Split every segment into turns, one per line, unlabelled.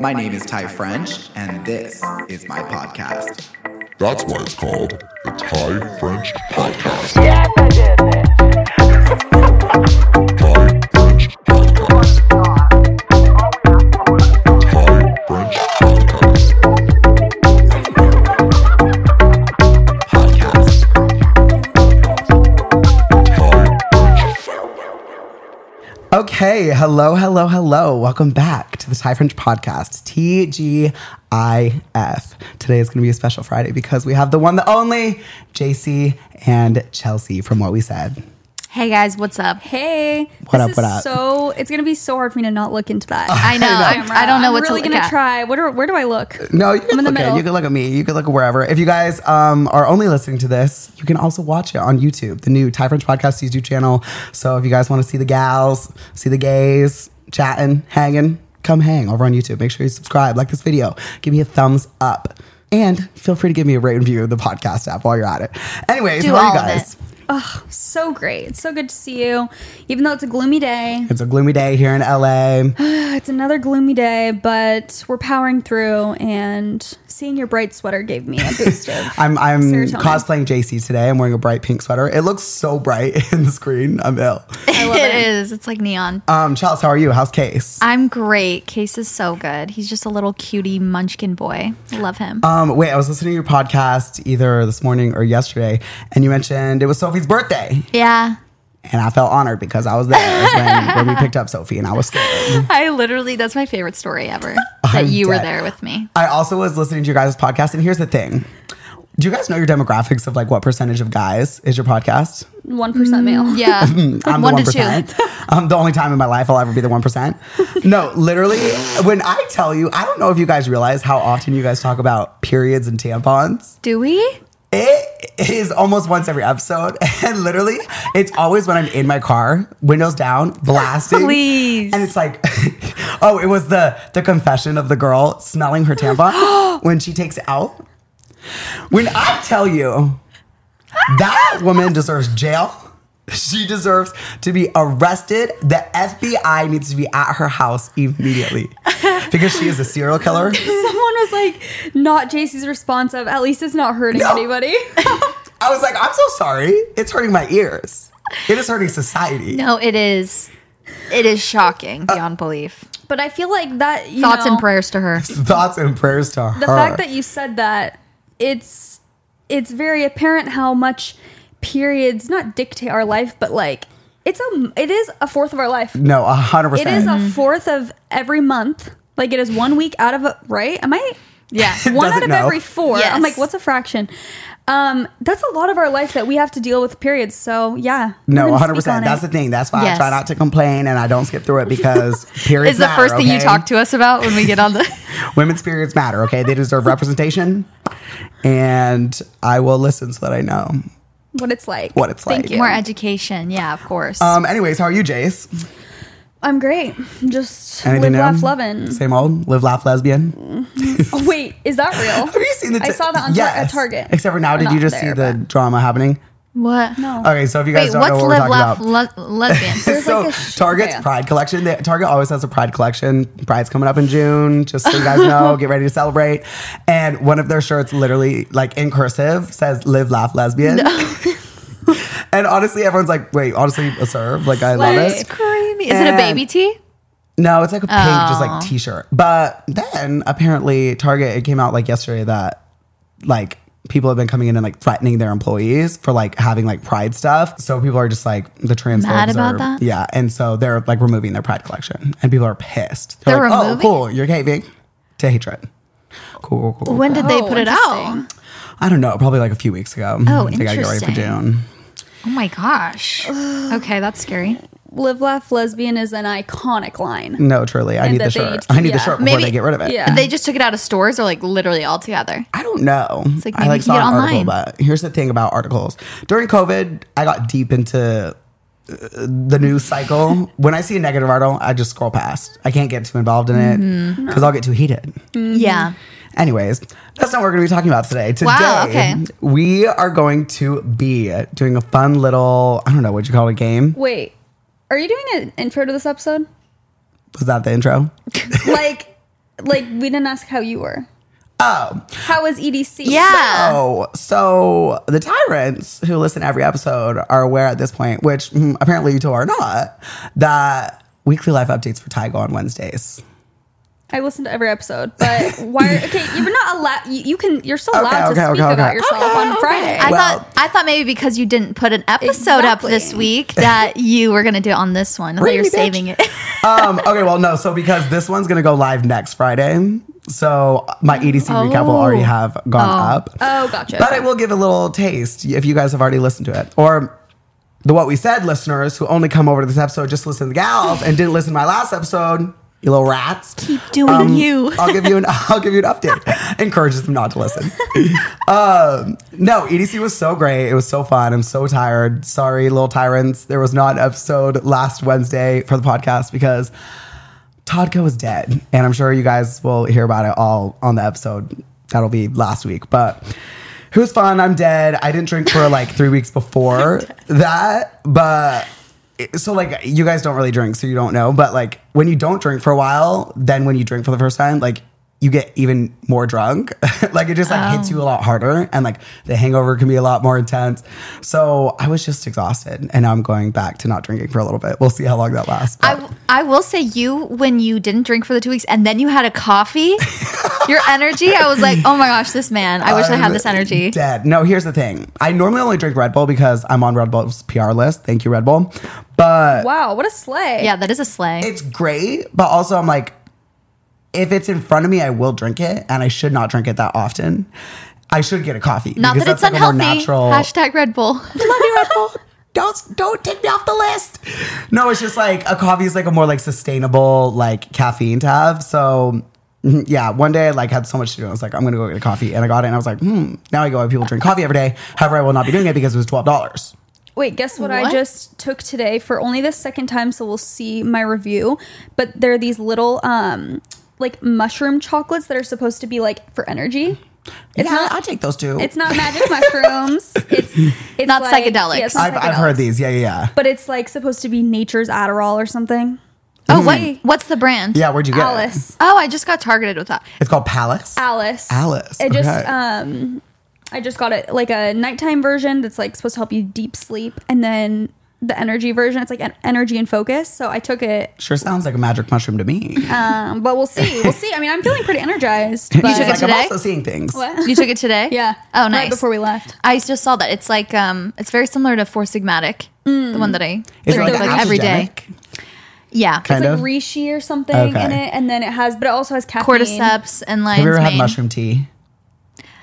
My name is Ty French, and this is my podcast.
That's why it's called the Thai French Podcast.
Yes, I did this.
Thai French Podcast. Thai French Podcast.
Podcast.
Thai
Okay, hello, hello, hello. Welcome back to the Thai French podcast, TGIF. Today is going to be a special Friday because we have the one, the only JC and Chelsea from what we said.
Hey guys, what's up?
Hey,
What
this
up,
is
what up?
So it's gonna be so hard for me to not look into that.
I know. I'm- I don't know what
I'm
to
really
look
gonna
at.
try. What are, where do I look?
No, you can
in the
look at
middle.
you can look at me. You can look wherever. If you guys um, are only listening to this, you can also watch it on YouTube, the new Thai French Podcast YouTube channel. So if you guys want to see the gals, see the gays, chatting, hanging, come hang over on YouTube. Make sure you subscribe, like this video, give me a thumbs up, and feel free to give me a rate and review of the podcast app while you're at it. Anyways,
Do
how are
all
you
of
guys?
So great. It's so good to see you. Even though it's a gloomy day,
It's a gloomy day here in LA.
it's another gloomy day, but we're powering through. And seeing your bright sweater gave me a boost of.
I'm I'm
Serotonin.
cosplaying JC today. I'm wearing a bright pink sweater. It looks so bright in the screen. I'm ill.
it is. It's like neon.
Um, Chels, how are you? How's Case?
I'm great. Case is so good. He's just a little cutie munchkin boy. Love him.
Um, wait, I was listening to your podcast either this morning or yesterday, and you mentioned it was Sophie's birthday,
yeah.
and I felt honored because I was there when, when we picked up Sophie, and I was scared.
I literally that's my favorite story ever. That
I'm
you were
dead.
there with me.
I also was listening to your guys' podcast, and here's the thing: Do you guys know your demographics of like what percentage of guys is your podcast?
One percent male.
Yeah.
I'm
One
the
to two.
1%. I'm the only time in my life I'll ever be the 1%. No, literally, when I tell you, I don't know if you guys realize how often you guys talk about periods and tampons.
Do we?
It is almost once every episode, and literally, it's always when I'm in my car, windows down, blasting.
Please.
And it's like, oh, it was the the confession of the girl smelling her tampon when she takes it out. When I tell you that woman deserves jail. She deserves to be arrested. The FBI needs to be at her house immediately because she is a serial killer.
Someone was like, not JC's response of, at least it's not hurting
No.
anybody.
I was like, I'm so sorry. It's hurting my ears. It is hurting society.
No, it is. It is shocking
Uh,
beyond belief.
but I feel like that. You
Thoughts
know,
and prayers to her.
Thoughts and prayers to her.
the fact that you said that it's it's very apparent how much periods not dictate our life but like it's a it is a fourth of our life
no, a hundred
it is
percent.
a fourth of every month like it is one week out of a right am i
Yeah.
one out
Doesn't
of
know.
every four
Yes.
i'm like what's a fraction um that's a lot of our life that we have to deal with periods so yeah
No,
we're
a
gonna
hundred
speak on
percent. That's
it.
the thing. That's why I
Yes.
try not to complain and I don't skip through it because periods
Is the
matter,
first thing you
okay?
talk to us about when we get on the
Women's periods matter. Okay, they deserve representation, and I will listen so that I know
what it's like
what it's
Thank
like.
you.
more education? Yeah, of course.
Um. Anyways, how are you, Jace?
i'm great just
Anything
live
new?
laugh loving
Same old. Live, laugh, lesbian.
Oh, wait is that real
Have you seen the?
I
I
saw that on tar- at Target.
Except for now, did
Not
you just see
there, Oh.
the drama happening?
what? No.
Okay, so if you guys
Wait,
don't know
what's
what we're
live,
talking
laugh,
about,
le- lesbian?
so
like, a sh- oh,
Target's
yeah.
Pride collection. They, Target always has a Pride collection. Pride's coming up in June. Just so you guys know, get ready to celebrate. And one of their shirts, literally like in cursive, says "Live, Laugh, Lesbian." and honestly, everyone's like, "Wait, honestly, a serve." Like I love
Like-
it.
It's creamy. Is it a baby tee?
No, it's like a pink, just
Oh.
like T-shirt. But then apparently, Target it came out like yesterday that like people have been coming in and like threatening their employees for like having like pride stuff. So people are just like the transphobes
Mad about
are,
that?
yeah, and so they're like removing their pride collection, and people are pissed. They're,
They're
like,
removing?
"Oh, cool, you're caving to hatred." Cool, cool, cool.
When did they
Oh,
put it out?
interesting.
I don't know, probably like a few weeks ago.
Oh,
They gotta get ready for
interesting.
June.
Oh my gosh. okay, that's scary.
live laugh lesbian is an iconic line
No, truly, I
And
need
that
the
they
shirt.
need to-
I need the
yeah.
shirt before they get rid of it.
Yeah.
They just took it out of stores or like literally all together.
I don't know. It's
like
I
maybe
like
you can
saw
get
an article,
online.
but here's the thing about articles. During COVID, I got deep into uh, the news cycle. when I see a negative article, I just scroll past. I can't get too involved in it
Mm-hmm.
because I'll get too heated.
Yeah.
Anyways, that's not what we're going to be talking about today. Today,
Wow, okay.
we are going to be doing a fun little, I don't know what you call it, a game.
Wait, are you doing an intro to this episode?
Was that the intro?
Like, like we didn't ask how you were. Oh, how was EDC?
Yeah.
Oh, so the tyrants who listen every episode are aware at this point, which mm, apparently you two are not, that weekly life updates for Ty go on Wednesdays.
I listened to every episode, but why? Okay, you're not allowed. You, you can. You're still allowed
okay,
to
okay,
speak
okay,
about
okay.
yourself
Okay,
on
okay.
Friday.
I
Well-
thought I thought maybe because you didn't put an episode up this
Exactly.
week that you were gonna do it on this one. I thought
Really,
you were
bitch?
saving it.
um, okay, well, no. So because this one's gonna go live next Friday, so my EDC recap will already have gone
Oh.
up.
oh, gotcha.
But I will give a little taste if you guys have already listened to it, or the what we said listeners who only come over to this episode just to listen to the gals and didn't listen to my last episode. You little rats.
Keep doing you.
Um, I'll give you an I'll give you an update. Encourages them not to listen. um, no, EDC was so great. It was so fun. I'm so tired. Sorry, little tyrants. There was not an episode last Wednesday for the podcast because Toddco is dead, and I'm sure you guys will hear about it all on the episode. That'll be last week, but. It was fun. I'm dead. I didn't drink for like three weeks before that, but so like you guys don't really drink, so you don't know. But like when you don't drink for a while, then when you drink for the first time, like you get even more drunk. like it just like hits you a lot harder, and like the hangover can be a lot more intense. So I was just exhausted, and now I'm going back to not drinking for a little bit. We'll see how long that lasts. but-
I, I will say you when you didn't drink for the two weeks and then you had a coffee, your energy. I was like, oh my gosh, this man. I wish i had this energy.
Dead. No, here's the thing. I normally only drink Red Bull because I'm on Red Bull's PR list. Thank you, Red Bull. But
wow, what a sleigh.
Yeah, that is a sleigh.
it's great, but also I'm like, if it's in front of me, I will drink it, and I should not drink it that often. I should get a coffee.
Not
because
that it's
that's, like, a more
unhealthy. Hashtag Red Bull.
Love you, Red Bull. Don't don't take me off the list. No, it's just like a coffee is like a more like sustainable like caffeine to have. So mhm, yeah, one day I like had so much to do. I was like, I'm gonna go get a coffee, and I got it, and I was like, hmm. Now I go and people drink coffee every day. However, I will not be doing it because it was twelve dollars.
Wait, guess what, I
What?
just took today for only the second time, so we'll see my review. But there are these little um like mushroom chocolates that are supposed to be like for energy.
Yeah,
It's not-
I'll take those two.
It's not magic mushrooms. It's it's
Not
like-
psychedelics.
yeah, it's not
I've, I've heard
psychedelics.
these. Yeah, yeah, yeah.
But it's like supposed to be nature's Adderall or something.
Oh, what? What's the brand?
Yeah, where'd you get it?
Alice.
Oh, I just got targeted with that.
It's called Palace.
Alice.
Alice,
It just
okay.
um I just got it like a nighttime version that's like supposed to help you deep sleep and then the energy version it's like an energy and focus. So I took it
Sure sounds like a magic mushroom to me.
Um, but we'll see. We'll see. I mean, I'm feeling pretty energized. But
took it
like, I'm
today?
also seeing things.
You took it today?
yeah.
Oh, nice.
Right before we left.
I just saw that. It's like um, it's very similar to Four Sigmatic,
Mm.
the one that I
Is it
drink
like
like, every day.
adaptogenic?
Yeah,
Kind
it's
of?
like reishi or something
Okay.
in it, and then it has, but it also has caffeine.
cordyceps and lion's
Have you ever had
mane.
mushroom tea?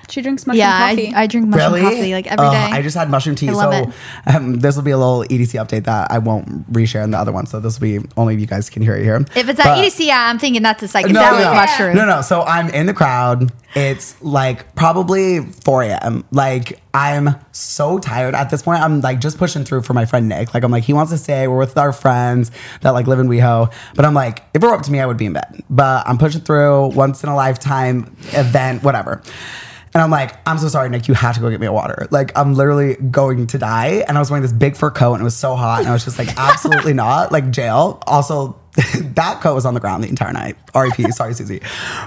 She drinks mushroom
Yeah,
coffee.
I, I drink mushroom coffee like every day.
Ugh, Oh, I just had mushroom tea.
I love
so um, this will be a little EDC update that I won't reshare in the other one. So this will be only you guys can hear it here.
if it's at
But-
EDC, yeah, I'm thinking that's a psychedelic
No, no, no.
mushroom.
no, no. So I'm in the crowd. It's like probably 4 a.m. Like I'm so tired at this point. I'm like just pushing through for my friend Nick. Like I'm like, he wants to stay. We're with our friends that like live in WeHo. But I'm like, if it were up to me, I would be in bed. But I'm pushing through once in a lifetime event, whatever. And I'm like, I'm so sorry, Nick. You have to go get me a water. Like, I'm literally going to die. And I was wearing this big fur coat, and it was so hot. And I was just like, absolutely not. Like jail. Also, that coat was on the ground the entire night. R.I.P. Sorry, Susie.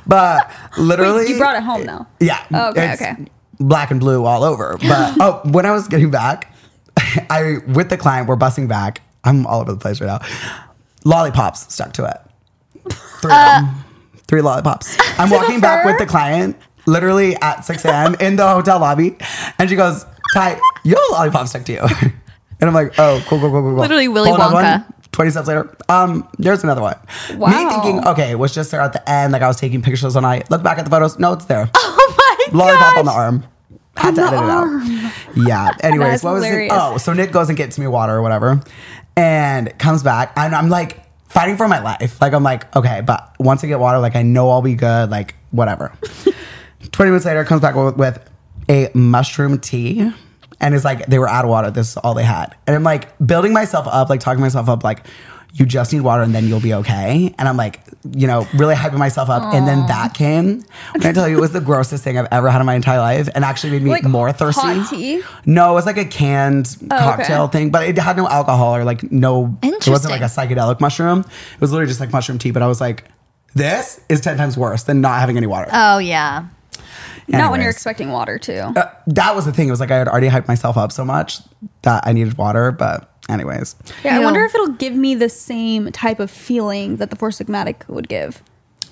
But literally,
you brought it home though.
Yeah.
Oh, okay, okay.
Black and blue all over. But oh, when I was getting back, I with the client, we're bussing back. I'm all over the place right now. Lollipops stuck to it. Three, of them. three lollipops. I'm walking back
Uh, fur?
with the client, literally at 6 a.m. in the hotel lobby, and she goes, "Ty, your lollipop stuck to you." And I'm like, "Oh, cool, cool, cool, cool, cool."
Literally Willy
Pull another
Wonka.
one. 20 steps later, um, there's another one. Me
Wow.
thinking, okay, it was just there at the end, like I was taking pictures and I look back at the photos. No, it's there.
Oh my
Lollipop on
god!
the arm. Had to edit it out. Yeah. Anyways,
That's
what was it?
hilarious.
Oh, so Nick goes and gets me water or whatever and comes back. And I'm like fighting for my life. Like, I'm like, okay, but once I get water, like, I know I'll be good. Like, whatever. 20 minutes later, comes back with, with a mushroom tea. And it's like, they were out of water. This is all they had. And I'm like building myself up, like talking myself up, like, you just need water and then you'll be okay. And I'm like, you know, really hyping myself up. And then that came. When I tell you, it was the grossest thing I've ever had in my entire life and actually made me
Like
more thirsty.
hot tea? Oh,
No, it was like a canned
okay.
cocktail thing, but it had no alcohol or like no, it wasn't
Interesting.
like a psychedelic mushroom. It was literally just like mushroom tea, but I was like, This is 10 times worse than not having any water.
Oh yeah.
Not when
Anyways.
you're
Uh,
expecting water too.
that was the thing. It was like I had already hyped myself up so much that I needed water. But, anyways,
yeah, I
No.
wonder if it'll give me the same type of feeling that the four sigmatic would give.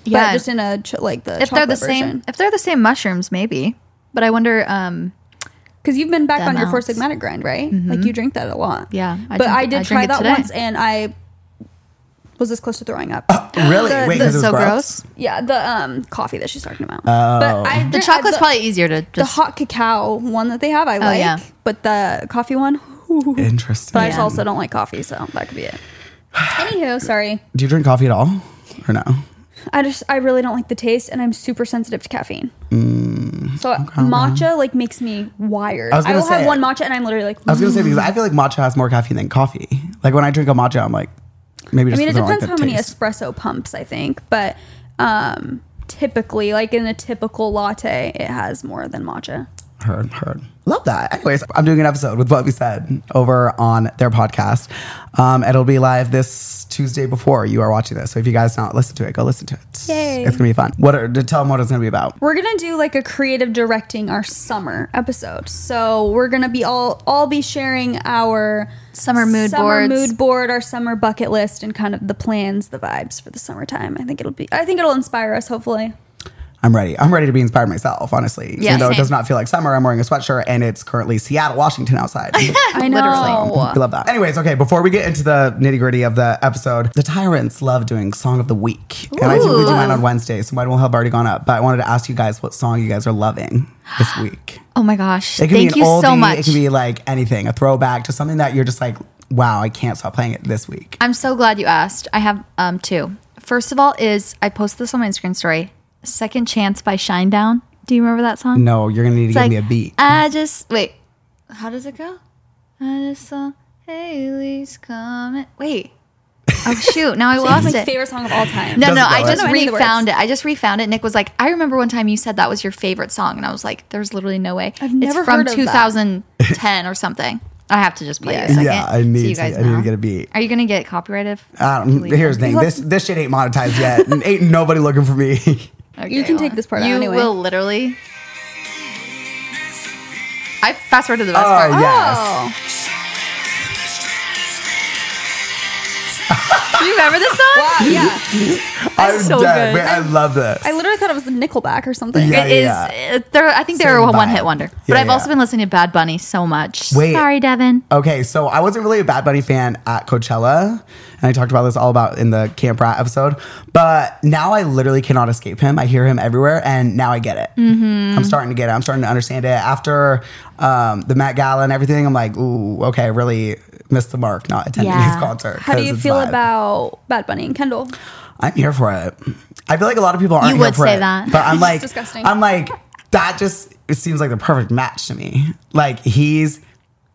Yeah.
but just in a ch- like the
if they're the same, if they're the same mushrooms, maybe. But I wonder. Um,
because you've been back
The
on your four
amounts.
sigmatic grind, right? Like you drink that a lot.
Mm-hmm. Yeah, I
but
drink
I
it-
did
I drink
try
it
that
today.
once, and I was this close to throwing up.
really?
The-
Wait,
the-
because it was
so
gross?
gross.
yeah, the um coffee that she's talking about. Oh. But I
The
drink-
chocolate's
the-
probably easier to
the
just. Oh,
hot cacao one that they have. I like,
yeah.
but the coffee one.
Interesting.
But I just also don't like coffee, so that could be it. Anywho, sorry.
Do you drink coffee at all or no?
I just I really don't like the taste, and I'm super sensitive to caffeine. so matcha like makes me wired.
Mm, I
I,
was gonna
will have
say-
one matcha, and I'm literally like.
I was going to say because I feel like matcha has more caffeine than coffee. Like when I drink a matcha, I'm like, maybe
I
just
mean, it
'cause I don't
depends
like
how
the
many
taste.
espresso pumps I think, but um, typically, like in a typical latte, it has more than matcha.
Heard, heard. Love that. Anyways, I'm doing an episode with what we said over on their podcast. Um, it'll be live this Tuesday before you are watching this. So if you guys not listen to it, go listen to it.
Yay.
It's gonna be fun. What are, to tell them what it's gonna be about?
we're gonna do like a creative directing our summer episode. So we're gonna be all all be sharing our
Summer mood boards.
mood board, our summer bucket list, and kind of the plans, the vibes for the summertime. I think it'll be. I think it'll inspire us. Hopefully,
I'm ready. I'm ready to be inspired myself. Honestly,
Yeah,
even though it
same.
does not feel like summer, I'm wearing a sweatshirt and it's currently Seattle, Washington outside.
I
I love that. Anyways, okay, before we get into the nitty gritty of the episode, the tyrants love doing Song of the Week. And I typically do
Ooh.
mine on Wednesday, so mine will have already gone up. But I wanted to ask you guys what song you guys are loving this week.
oh my gosh!
It can
Thank
be
you
an oldie,
so much.
It can be like anything, a throwback to something that you're just like, wow, I can't stop playing it this week.
I'm so glad you asked. I have um two. First of all, is I posted this on my Instagram story. Second Chance by Shinedown. Do you remember that song?
no, you're gonna need to
It's
Mm, give
like,
me a beat.
I just wait. How does it go? I just saw Haley's coming. Wait. Oh shoot! Now I lost
my
it.
favorite song of all time.
No,
Doesn't
no,
go
I
right.
just
I don't know any of the
refound it. I just refound it. Nick was like, I remember one time you said that was your favorite song, and I was like, there's literally no way.
I've
it's
never
from
heard of that.
2010 or something. I have to just play it a second.
Yeah, I
so
need
you
to-
guys
I need to
know.
get a beat.
Are you gonna get copyrighted?
I don't, here's the thing. This this shit ain't monetized yet. and ain't nobody looking for me.
Okay,
You can
well,
take this part out
You
anyway.
will literally. I fast forward to the best part.
oh yes.
Oh,
Do you remember this song?
wow, yeah.
I'm
so
dead.
good.
Man, I love this.
I literally thought it was Nickelback or something.
Yeah.
It is. uh, They're, I think they're a
Same
one
vibe.
hit wonder. But
Yeah,
I've
yeah.
also been listening to Bad Bunny so much.
Wait.
Sorry, Devin.
Okay, so I wasn't really a Bad Bunny fan at Coachella, and I talked about this all about in the Camp Rat episode. But now I literally cannot escape him. I hear him everywhere, and now I get it.
Mm-hmm.
I'm starting to get it. I'm starting to understand it after um, the Met Gala and everything. I'm like, ooh, okay, I really missed the mark not attending
Yeah.
his concert.
How do
'cause
you
it's
feel
vibe.
about Bad Bunny and Kendall?
I'm here for it. I feel like a lot of people aren't.
You
here
would
for
say
it,
that.
but I'm like,
disgusting.
I'm like, that just it seems like the perfect match to me. Like he's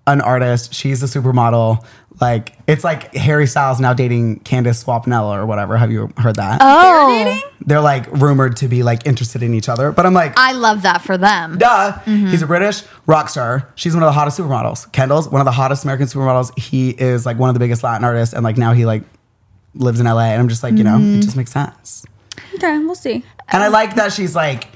an artist, she's a supermodel. Like it's like Harry Styles now dating Candace Swapnella or whatever. Have you heard that?
Oh.
They're like rumored to be like interested in each other, but I'm like.
I Mm-hmm. love that for them.
Duh. He's a British rock star. She's one of the hottest supermodels. Kendall's one of the hottest American supermodels. He is like one of the biggest Latin artists, and like now he like lives in LA. And I'm just like, you know,
Mm-hmm.
it just makes sense.
Okay, we'll see.
And I like that she's like,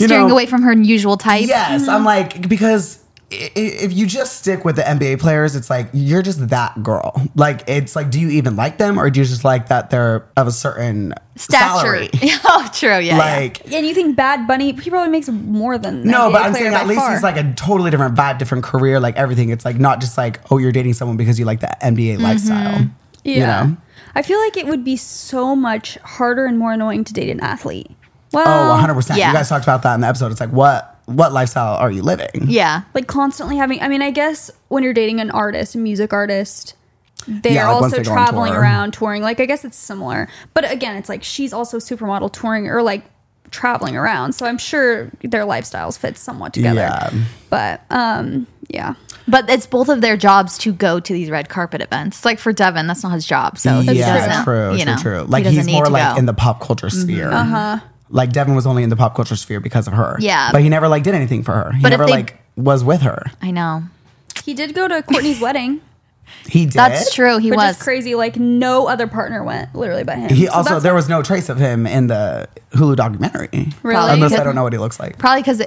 you
Steering
know,
away from Mm-hmm. her usual type.
Yes, I'm like because i- i- if you just stick with the NBA players, it's like you're just that girl. Like it's like, do you even like them, or do you just like that they're of a certain
Stature.
salary?
oh, true. Yeah. yeah.
Like.
And you think Bad Bunny? He probably makes more than
No,
NBA
but I'm
player
saying
by
at least
far.
he's like a totally different vibe, different career, like everything. It's like not just like, oh, you're dating someone because you like the NBA
Mm-hmm.
lifestyle.
Yeah.
You know?
I feel like it would be so much harder and more annoying to date an athlete. Well,
Oh, 100 percent. You
Yeah.
guys talked about that in the episode. It's like what what lifestyle are you living?
Yeah.
Like constantly having, I mean, I guess when you're dating an artist, a music artist, they're
Yeah, like, once
also
they go on
traveling
tour.
around touring. Like, I guess it's similar. But again, it's like she's also supermodel touring or like traveling around. So I'm sure their lifestyles fit somewhat together.
Yeah.
But um, yeah.
But it's both of their jobs to go to these red carpet events. Like for Devin, that's not his job. So he
yeah,
doesn't.
Oh, true,
you
true,
know,
true.
he
Like
doesn't
he's
need
more
to
like
go. Mm-hmm. Uh-huh.
in the pop culture sphere. Uh huh. Like Devin was only in the pop culture sphere because of her.
Yeah.
but he never like did anything for her. He
But if
never
they-
like was with her.
I know.
He did go to Courtney's wedding.
He did.
That's true. He
Which
was.
is crazy. Like no other partner went literally but him.
He
So
also
that's
there was no trace of him in the Hulu documentary.
Really?
Unless I don't know what he looks like.
Probably because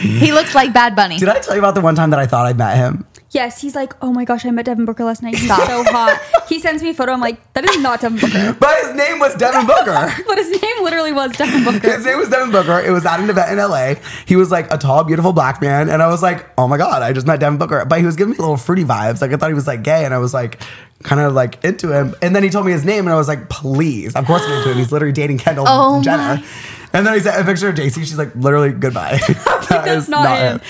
he looks like Bad Bunny.
Did I tell you about the one time that I thought I met him?
Yes, he's like, oh my gosh, I met Devin Booker last night. He's
Stop.
so hot. He sends me a photo. I'm like, that is not Devin Booker.
But his name was Devin Booker.
But his name literally was Devin
His
Booker.
name was Devin Booker. It was at an event in LA. He was like a tall, beautiful black man. And I was like, oh my God, I just met Devin Booker. But he was giving me little fruity vibes. Like I thought he was like gay and I was like kind of like into him. And then he told me his name and I was like, please. Of course I'm into him. He's literally dating Kendall
Oh
Jenner.
my-
And then he sent a picture of JC. She's like, literally, goodbye. That
That's
is
not, him.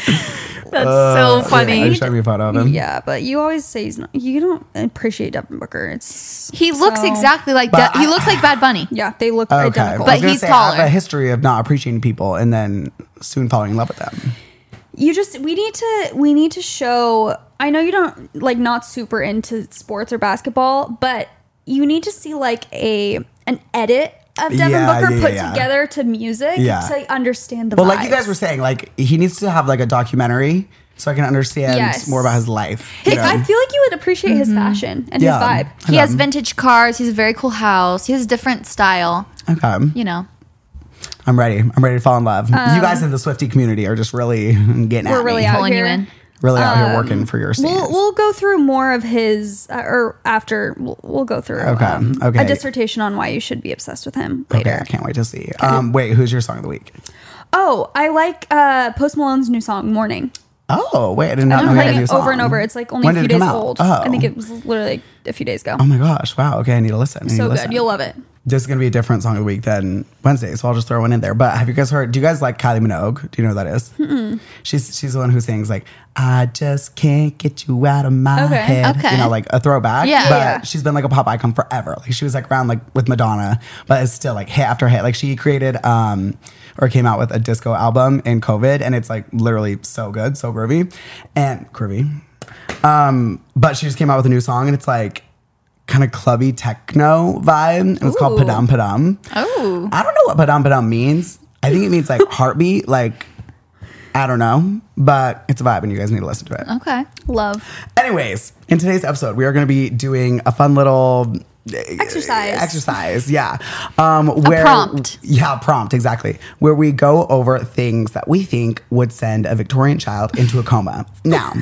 That's so
Yeah, he
funny.
showed me a photo of him.
Yeah, but you always say he's not. You don't appreciate Devin Booker. It's
he looks
So-
exactly like
But
that. He
I-
looks like Bad Bunny.
yeah, they look
Okay.
identical.
I was
But
gonna
he's
say, I
taller.
have a history of not appreciating people and then soon falling in love with them.
you just we need to we need to show. I know you don't like not super into sports or basketball, but you need to see like a an edit of Devin
Yeah,
Booker
yeah,
put
yeah.
together to music
Yeah.
to understand the.
Well, like you guys
vibes.
were saying, like he needs to have like a documentary so I can understand
Yes.
more about his life.
His,
you know?
I feel like you would appreciate
Mm-hmm.
his fashion and
Yeah.
his vibe.
He has vintage cars. He has a very cool house. He has a different style.
okay,
You know,
I'm ready. I'm ready to fall in love. you guys in the Swifty community are just really getting
Um, We're
at
really
me.
out
pulling you
here.
in.
really out here working for your stance.
We'll we'll go through more of his uh, or after we'll, we'll go through um,
Okay, okay.
a dissertation on why you should be obsessed with him
okay,
later.
I can't wait to see. Um, wait, who's your song of the week?
Oh, I like uh, Post Malone's new song "Morning."
Oh, wait, I did not
I'm
know he had a
playing
new
it
song.
over and over. It's like only
When
a few
did it
days
come out?
old.
Oh.
I think it was literally like a few days ago.
Oh my gosh! Wow. Okay, I need to listen. I need to
so
listen.
good, you'll love it.
This is gonna be a different song of the week than Wednesday, so I'll just throw one in there. But have you guys heard? Do you guys like Kylie Minogue? Do you know who that is? She's she's the one who sings like "I just can't get you out of my
Okay,
head,"
okay.
you know, like a throwback.
Yeah.
but
Yeah.
she's been like a pop icon forever. Like she was like around like with Madonna, but it's still like hit after hit. Like she created um or came out with a disco album in COVID, and it's like literally so good, so groovy, and groovy but she just came out with a new song and it's like kind of clubby techno vibe and it's called
Ooh.
Padam Padam.
Oh.
I don't know what Padam Padam means. I think it means like heartbeat, like I don't know, but it's a vibe and you guys need to listen to it.
Okay.
Love.
Anyways, in today's episode, we are going to be doing a fun little
Exercise.
Exercise, yeah. Um, where
prompt.
Yeah, prompt exactly. Where we go over things that we think would send a Victorian child into a coma. Now.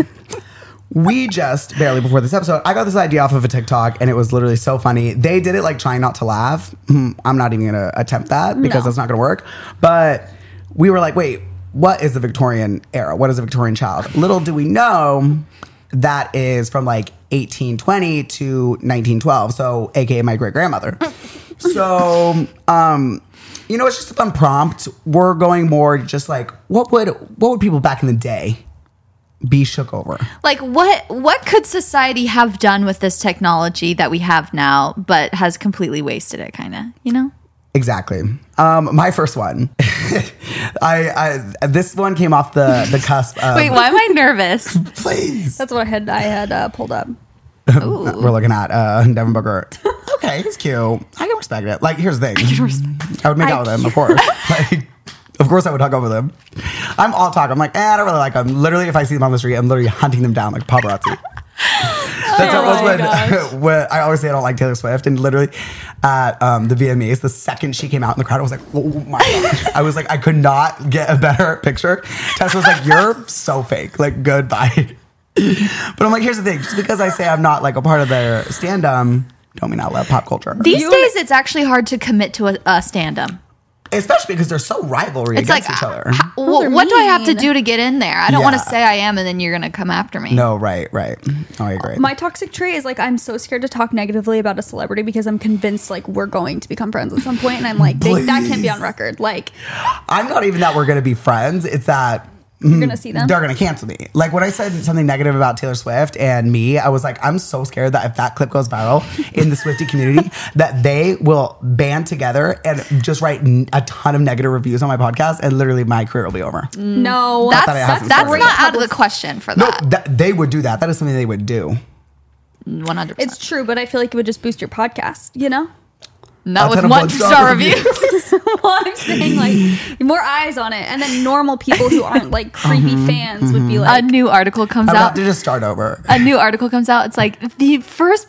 We just barely before this episode, I got this idea off of a TikTok and it was literally so funny. They did it like trying not to laugh. Hmm, I'm not even gonna attempt that because
No.
that's not gonna work. But we were like, wait, what is the Victorian era? What is a Victorian child? Little do we know that is from like 1820 to 1912. So, AKA my great grandmother. so, um, you know, it's just a fun prompt. We're going more just like, what would what would people back in the day be shook over?
Like what? What could society have done with this technology that we have now, but has completely wasted it? Kind of. You know.
Exactly. Um, my first one. I, I this one came off the the cusp of
Wait, why am I nervous?
please.
That's what I had. I had uh, pulled up.
We're looking at uh, Devin Booker. Okay, he's cute. I can respect it. Like, here's the thing. I, would make out with him, of course. like, of course, I would hug up with him. I'm all talk. I'm like, eh, I don't really like him. Literally, if I see them on the street, I'm literally hunting them down like paparazzi. That's how
my
it was when, when I always say I don't like Taylor Swift, and literally at um, the VMAs, the second she came out in the crowd, I was like, "Oh my god!" I was like, I could not get a better picture. Tessa was like, "You're so fake." Like, goodbye. But I'm like, here's the thing: just because I say I'm not like a part of their stand um don't mean I love pop culture.
These
You-
days, it's actually hard to commit to a, a stand-up.
Especially because they're so rivalry
It's like,
against each other.
uh, how- wh-
they're
what do I have to
mean.
do to get in there? I don't want to
Yeah.
say I am, and then you're gonna come after me.
no, right, right. Oh, I agree.
My toxic trait is like I'm so scared to talk negatively about a celebrity because I'm convinced like we're going to become friends at some point, and I'm like they, that can't be on record. Like
I'm not even that we're gonna be friends. It's that
you're gonna see them.
they're gonna cancel me. Like when I said something negative about Taylor Swift and me, I was like, I'm so scared that if that clip goes viral in the Swifty community, that they will band together and just write n- a ton of negative reviews on my podcast, and literally my career will be over.
Mm.
No,
that's
thought I had
that's,
some
that's
great
not out of the question for
No,
that.
that, they would do that. That is something they would do.
One hundred
it's
percent.
true, but I feel like it would just boost your podcast. You know,
Not
A ton
with
of
one
one-star
star
reviews.
reviews.
well, I'm saying like more eyes on it, and then normal people who aren't like creepy
Mm-hmm.
fans would be
a
like,
new article comes
I'm about
out.
to just start over.
A new article comes out. It's like the first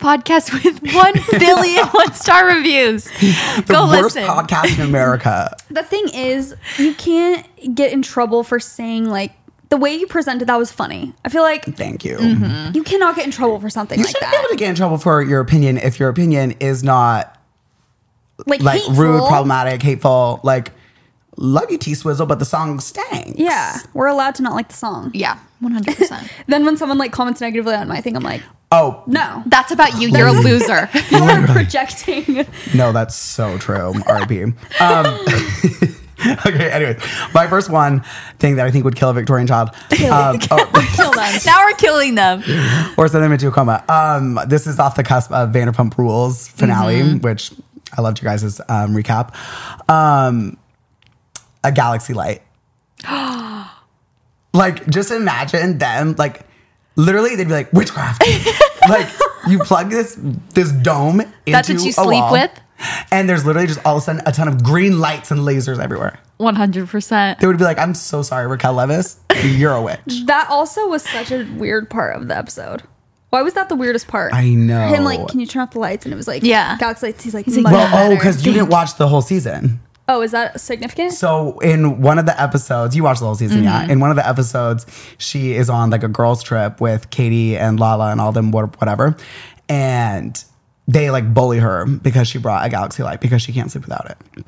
podcast with one billion one star reviews.
The
Go
worst
listen.
podcast in America.
the thing is, you can't get in trouble for saying like the way you presented that was funny. I feel like
Thank you.
Mm-hmm.
you cannot get in trouble for something
Mm-hmm. You
like
shouldn't
that.
be able to get in trouble for your opinion if your opinion is not
like
like
hateful.
rude, problematic, hateful. Like, love you, T Swizzle, but the song stank.
Yeah, we're allowed to not like the song.
Yeah, one hundred percent.
Then when someone like comments negatively on my thing, I'm like,
Oh
no,
That's about you. You're a loser.
you're projecting.
no, that's so true. RP. Um, okay. Anyway, my first one thing that I think would kill a Victorian child. Um, oh,
Kill them. Now we're killing them.
or send them into a coma. Um, this is off the cusp of Vanderpump Rules finale,
Mm-hmm.
which I loved you guys' um, recap. Um, a galaxy light. like, just imagine them. Like, literally, they'd be like witchcraft. like, you plug this this dome into
That's what you
a
sleep
wall,
with?
and there's literally just all of a sudden a ton of green lights and lasers everywhere.
One hundred percent.
They would be like, "I'm so sorry, Raquel Levis, you're a witch."
That also was such a weird part of the episode. Why was that the weirdest part?
I know.
Him like, can you turn off the lights? And it was like,
Yeah.
Galaxy lights. He's like,
like,
"Mother."
no.
Well, oh,
matter.
because you didn't watch the whole season.
oh, is that significant?
So in one of the episodes, you watched the whole season, yeah.
Mm-hmm.
In one of the episodes, she is on like a girls trip with Katie and Lala and all them, what- whatever, and they like bully her because she brought a galaxy light because she can't sleep without it.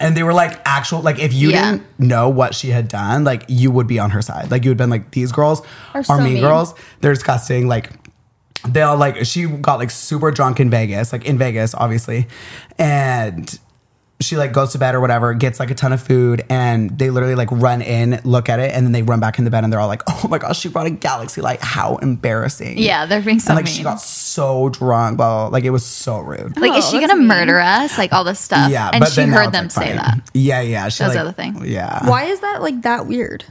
And they were like actual like if you
Yeah.
didn't know what she had done, like you would be on her side. Like you had been like these girls are,
Are so
mean
mean.
girls. They're disgusting. Like they'll like she got like super drunk in Vegas, like in Vegas, obviously, and she like goes to bed or whatever, gets like a ton of food, and they literally like run in, look at it, and then they run back in the bed, and they're all like, "Oh my gosh, she brought a galaxy light! How embarrassing!"
Yeah, they're being so
and like
mean.
she got so drunk, blah, blah, blah. like it was so rude.
Like, is
Oh,
she
that's
gonna
mean.
murder us? Like all this stuff.
yeah,
and
but
she
then now
heard
it's,
them
like,
say
fine.
that.
Yeah, yeah, she,
That
like,
was the other thing.
Yeah,
Why is that like that weird?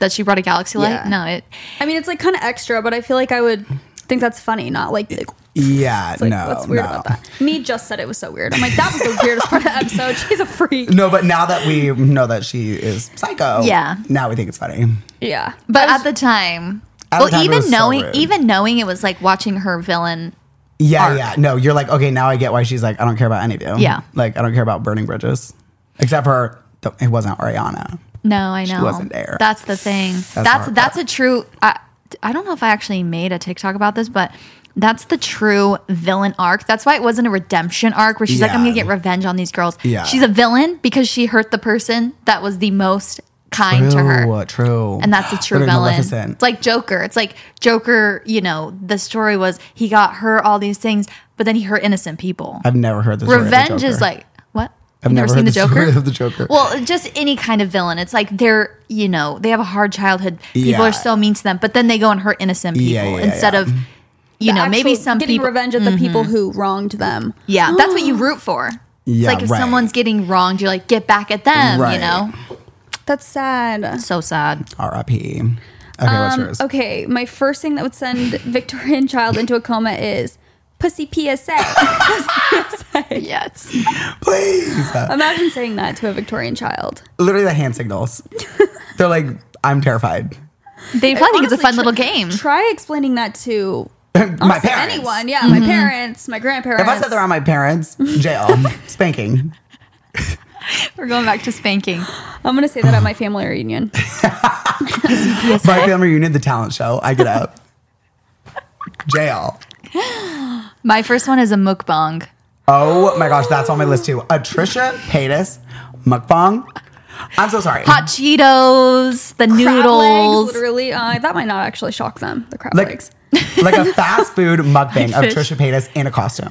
That she brought a galaxy light.
Yeah.
No, it.
I mean, it's like kind of extra, but I feel like I would think that's funny, not like, like,
Yeah,
like,
no,
what's weird
no.
about that? Me just said it was so weird. I'm like, that was the weirdest part of the episode. She's a freak.
No, but now that we know that she is psycho,
Yeah.
now we think it's funny.
Yeah,
But
I
at
was-
the time,
At the
well,
time, it was
even
so
knowing,
rude.
even knowing, it was like watching her villain.
Yeah,
arc.
yeah. No, you're like, okay, now I get why she's like, I don't care about any of you.
Yeah.
Like, I don't care about burning bridges. Except for, th- it wasn't Ariana.
No, I know.
wasn't there.
That's the thing.
the
That's
hard
that's,
part.
a true. I, I don't know if I actually made a TikTok about this, but that's the true villain arc. That's why it wasn't a redemption arc where she's like,
Yeah.
I'm gonna get revenge on these girls.
Yeah.
She's a villain because she hurt the person that was the most kind to her.
True, true.
and that's a true
Literally
villain.
Maleficent.
It's like Joker. It's like Joker. You know, the story was he got her all these things, but then he hurt innocent people.
I've never heard this.
Revenge is like what?
I've
You've
never heard the story of the Joker.
Well, just any kind of villain. It's like they're you know they have a hard childhood. People
Yeah.
are so mean to them, but then they go and hurt innocent people
Yeah, yeah,
instead
yeah. Mm-hmm.
of you know maybe
Actual-
some
getting
people. Mm-hmm.
revenge at the people who wronged them.
Yeah, that's what you root for.
Yeah,
it's like if
right.
someone's getting wronged, you're like get back at them.
Right.
You know,
That's sad.
so sad.
R.I.P. Okay, what's
Um,
yours?
Um, Okay, my first thing that would send Victorian child into a coma is pussy PSA.
Yes.
Please.
Imagine saying that to a Victorian child.
Literally the hand signals. They're like, I'm terrified.
They probably think it's a
Honestly,
fun
tr-
little game.
Try explaining that to
my
honestly,
parents.
anyone. Yeah,
Mm-hmm.
my parents, my grandparents.
If I said they're on my parents, jail, spanking.
We're going back to spanking.
I'm gonna say that at my family reunion.
My family reunion, the talent show. I get up. jail.
My first one is a mukbang.
Oh my gosh, that's on my list too. Atricia Paytas, mukbang. I'm so sorry.
Hot Cheetos, the
Crab legs,
noodles.
literally. Uh, that might not actually shock them. The crab
like,
legs.
like a fast food mukbang of
Fish.
Trisha Paytas in a costume.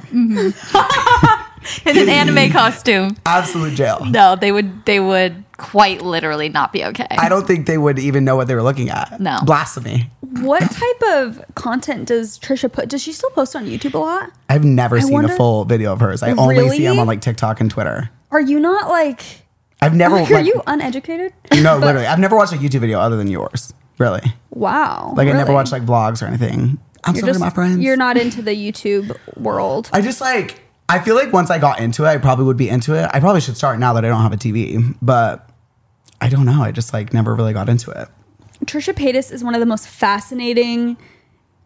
in an anime costume.
Absolute jail.
No, they would they would quite literally not be okay.
I don't think they would even know what they were looking at.
No.
Blasphemy.
What type of content does Trisha put? Does she still post on YouTube a lot?
I've never seen
wonder-
a full video of hers. I only see
Really?
them on like TikTok and Twitter.
Are you not like?
I've never
Like, are
Oh, like,
you uneducated?
No, literally. I've never watched a YouTube video other than yours. Really.
Wow.
Like I never
really?
watched like vlogs or anything. I'm
You're
sorry, my friends.
You're not into the YouTube world.
I just like I feel like once I got into it, I probably would be into it. I probably should start now that I don't have a TV, but I don't know. I just like never really got into it.
Trisha Paytas is one of the most fascinating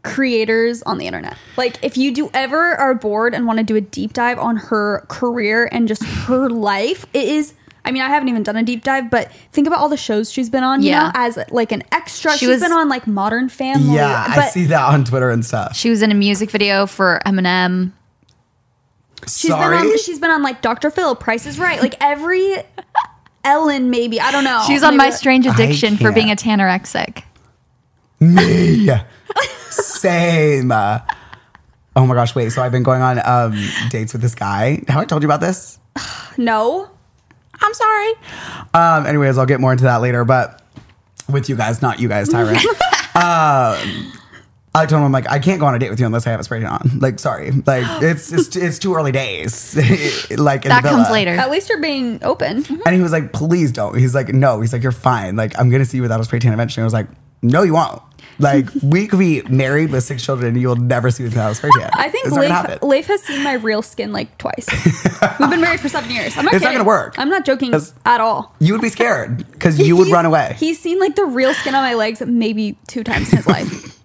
creators on the internet. Like, if you do ever are bored and want to do a deep dive on her career and just her life, it is. I mean, I haven't even done a deep dive, but think about all the shows she's been on.
Yeah.
Yeah, as like an extra,
She
she's
was-
been on like Modern Family.
Yeah, I
but
see that on Twitter and stuff.
She was in a music video for Eminem.
She's
Sorry,
been on. She's been on like Dr. Phil, Price is Right, like every Ellen, maybe I don't know.
She was on My
Maybe-
Strange Addiction for
can't.
being a tanorexic.
me. Same. Uh, oh my gosh! Wait. So I've been going on um, dates with this guy. Have I told you about this?
No,
I'm sorry. Um, anyways, I'll get more into that later, but with you guys, not you guys, Tyra. um, I told him, I'm like, I can't go on a date with you unless I have a spray tan on. Like, sorry. Like, it's it's, it's too early days. like, in
That
the
comes
villa.
later.
at Mm-hmm. least you're being open.
And he was like, please don't. He's like, no. He's like, you're fine. Like, I'm going to see you without a spray tan eventually. I was like, no, you won't. Like, we could be married with six children and you'll never see me without a spray tan.
I think
it's not going to
Leif,
happen.
Leif has seen my real skin like twice. We've been married for seven years. I'm not
It's not
kidding.
gonna work.
I'm not joking
That's-
at all.
You would be scared because you would
He's-
run away.
He's seen like the real skin on my legs maybe two times in his life,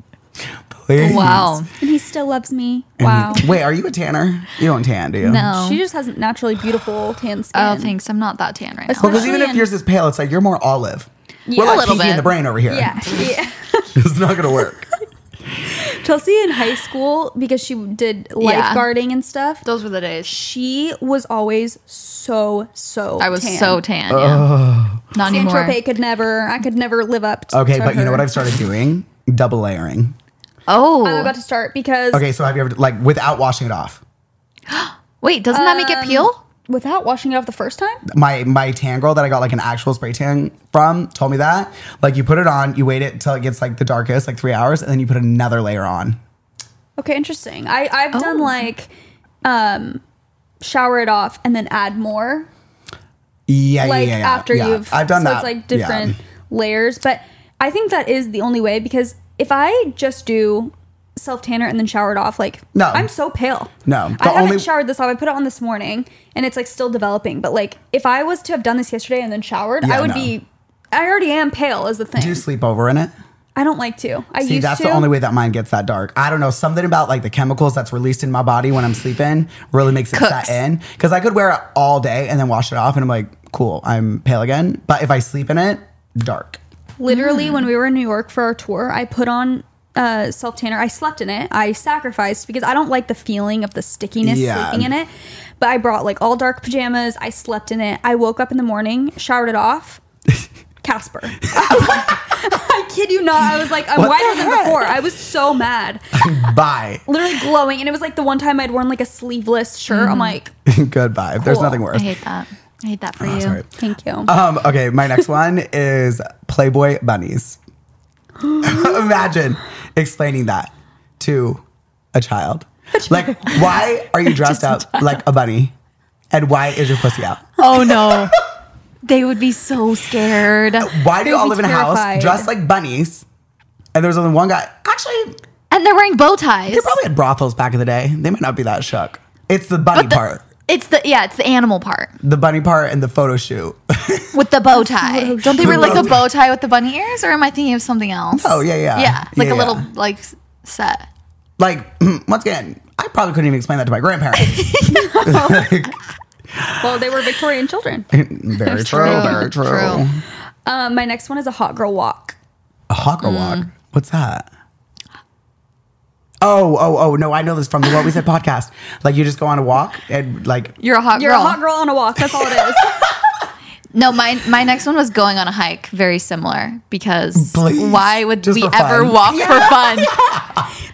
Please.
Wow.
and he still loves me.
And-
Wow.
Wait, are you a tanner? You don't tan, do you?
No.
She just has naturally beautiful tan skin.
Oh, thanks. I'm not that tan right now.
Because even if
Especially
yours is pale, it's like you're more olive.
Yeah.
We're like
A little
Pinky in
bit.
the brain over here.
Yeah. yeah.
it's not gonna work.
Chelsea in high school because she did
Yeah.
lifeguarding and stuff.
Those were the days.
She was always so so.
I was
tan.
so tan. Yeah.
Oh.
Not
San
anymore.
Tropez could never. I could never live up. To,
Okay,
to
but you know
her.
what I've started doing? Double layering.
Oh.
I'm about to start because
Okay, so have you ever like without washing it off?
Wait, doesn't that make it peel?
without washing it off the first time.
My my tan girl that I got like an actual spray tan from told me that. Like you put it on, you wait it till it gets like the darkest, like three hours, and then you put another layer on.
Okay, interesting. I I've done
Oh.
like um shower it off and then add more
Yeah,
like
yeah, yeah, yeah.
after
yeah.
you've
I've done
so
that.
it's like
Yeah.
different layers, but I think that is the only way because if I just do self tanner and then shower it off like
No.
I'm so pale.
No, the
I haven't
only-
showered this off. I put it on this morning and it's like still developing, but like if I was to have done this yesterday and then showered,
Yeah,
I would
no.
be I already am pale is the thing.
Do you sleep over in it?
I don't like to. I
See,
used
that's
to.
the only way that mine gets that dark. I don't know. Something about like the chemicals that's released in my body when I'm sleeping really makes it
Cooks.
set in. Because I could wear it all day and then wash it off, and I'm like, cool, I'm pale again. But if I sleep in it, dark.
Literally, when
Hmm.
we were in New York for our tour, I put on uh, self tanner. I slept in it. I sacrificed because I don't like the feeling of the stickiness
Yeah.
sleeping in it. But I brought like all dark pajamas. I slept in it. I woke up in the morning, showered it off. Casper. I kid you not. I was like, I'm
What
whiter
the
than
heck?
before. I was so mad.
Bye.
Literally glowing. And it was like the one time I'd worn like a sleeveless shirt.
Mm-hmm.
I'm like,
Goodbye. There's
Cool.
nothing worse.
I hate that. I hate that for you.
Oh, sorry.
thank you.
Um, okay, my next one is Playboy bunnies. Imagine explaining that to a child. Like, why are you dressed up like a bunny? And why is your pussy out?
Oh no. they would be so scared. And
Why do you
would
all
be
live in a
terrified.
house dressed like bunnies? And there was only one guy. Actually,
they're wearing bow ties.
they probably had brothels back in the day. They might not be that shook. It's the bunny
But the-
part,
It's the yeah, it's the animal part
the bunny part, and the photo shoot.
with the bow tie. Don't they wear like
bow
a bow tie with the bunny ears, or am I thinking of something else?
Oh, yeah, yeah.
yeah, like
Yeah,
a little
yeah.
like s- set.
like, once again, I probably couldn't even explain that to my grandparents.
well, they were Victorian children.
very true, very true.
Um, my next one is a hot girl walk.
A hawker walk.
Mm.
What's that? Oh, oh, oh! No, I know this from the What We Said podcast. Like, you just go on a walk and like,
You're a hot
You're
girl.
a hot girl on a walk. That's all it is.
No, my my next one was going on a hike. Very similar because
Please,
why would
just
we
for
ever
fun.
walk for fun?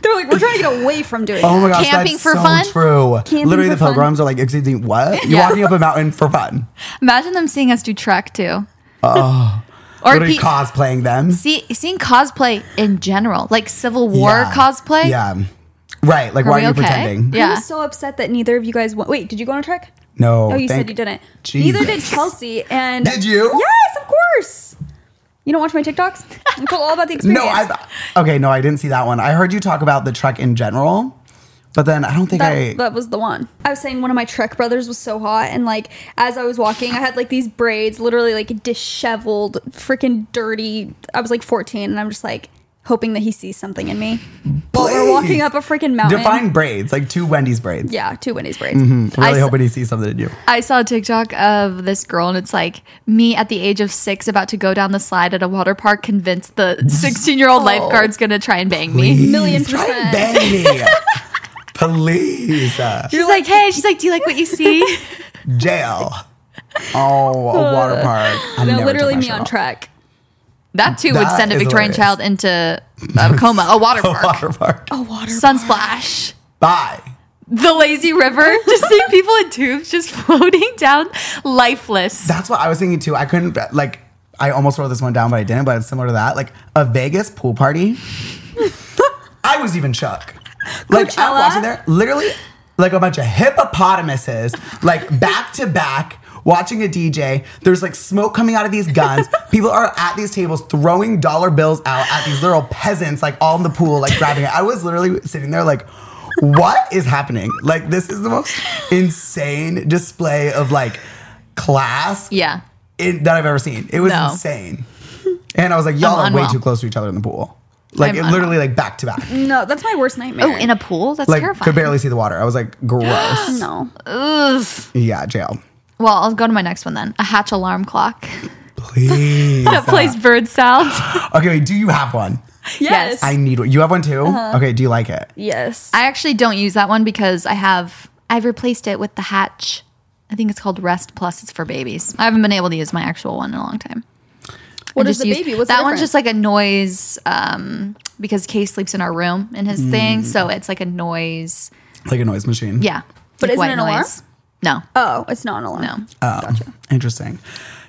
They're like, we're trying to get away from doing
oh
that.
my gosh,
Camping
that's
for
so
fun?
True.
Camping
Literally,
for
the
fun.
pilgrims are like, "Excuse me, what? You're
Yeah.
walking up a mountain for fun?
Imagine them seeing us do trek too. Oh,
What
or
are you
pe-
cosplaying them?"
see, seeing cosplay in general, like Civil War
Yeah.
cosplay.
Yeah. Right. Like,
Are
why
we
are you
okay?
pretending?
Yeah.
I'm so upset that neither of you guys went. Wait, did you go on a trek?
No.
Oh, you
thank-
said you didn't. Neither did
Jesus.
Chelsea. And
Did you?
Yes, of course. You don't watch my TikToks? I'm told all about the experience.
No, I. Okay, no, I didn't see that one. I heard you talk about the truck in general. But then I don't think I.
That, that was the one. I was saying one of my Trek brothers was so hot, and like as I was walking, I had like these braids, literally like disheveled, freaking dirty. I was like 14, and I'm just like hoping that he sees something in me. But we're walking up a freaking mountain.
Define Mm-hmm. braids, like two Wendy's braids.
Yeah, two Wendy's braids.
I'm really
I s-
hoping he sees something in you.
I saw a TikTok of this girl, and it's like me at the age of six, about to go down the slide at a water park, convinced the 16 year old
Oh.
lifeguard's gonna try and bang me.
Please,
million
try and
percent.
bang me. Please, uh,
She's like, hey, she's like, do you like what you see?
jail. Oh, a water park. I'm
No,
never
literally
taking my
me
shirt
on
off.
Trek.
That too would
That
send a
is
Victorian
hilarious.
child into a coma, a water park,
Water park.
sunsplash.
Bye.
The lazy river, just seeing people in tubes just floating down, lifeless.
That's what I was thinking too. I couldn't uh, like. I almost wrote this one down, but I didn't. But it's similar to that, like a Vegas pool party. I was even shook. Like I
Coachella?
watched it there, literally, like a bunch of hippopotamuses, like back to back. Watching a DJ, there's like smoke coming out of these guns. People are at these tables throwing dollar bills out at these little peasants, like all in the pool, like grabbing it. I was literally sitting there, like, what is happening? Like, this is the most insane display of like class
Yeah.
in, that I've ever seen. It was
No.
insane. And I was like, y'all
I'm
are way
unwell.
too close to each other in the pool. Like
I'm
it literally like back to back.
No, that's my worst nightmare.
Oh, in a pool? That's
Like
terrifying.
could barely see the water. I was like, gross.
no.
Ugh.
yeah, jail.
Well, I'll go to my next one then. A hatch alarm clock
Please.
that plays bird sounds.
Uh, okay, wait, do you have one?
Yes.
Yes.
I need one. You have one too?
Uh-huh.
Okay, do you like it?
yes.
I actually don't use that one because I have I've replaced it with the hatch. I think it's called Rest Plus. It's for babies. I haven't been able to use my actual one in a long time.
What
I
is
just
the
use-
baby? What's
that
the
one's
difference?
just like a noise um, because Kay sleeps in our room in his thing, so
Mm.
it's like a noise.
It's like a noise machine.
Yeah,
But
like
isn't it an alarm?
No,
Oh, it's not an alarm.
no.
Oh, Interesting.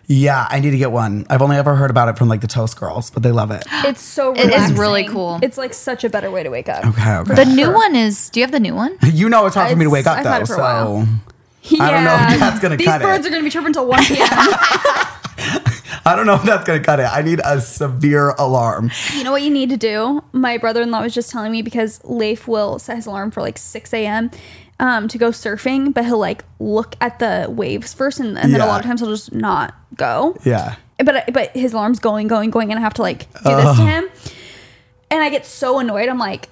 Yeah, I need to get one. I've only ever heard about it from like the Toast Girls, but they love it.
It's so
It
relaxing.
is really cool.
It's like such a better way to wake up.
Okay, okay.
The new one is. Do you have the new one?
you know it's hard for me to
It's-
wake up
I've had
though,
it for a
so
while.
I don't know if that's gonna
These
cut it.
birds are going to be chirping until 1 p.m.
I don't know if that's gonna cut it. I need a severe alarm.
you know what you need to do? My brother-in-law was just telling me because Leif will set his alarm for like 6 a.m. Um, to go surfing, but he'll like look at the waves first, and, and then a
Yeah.
lot of times he'll just not go.
Yeah.
But but his alarm's going, going, going, and I have to like do this to him, and I get so annoyed. I'm like,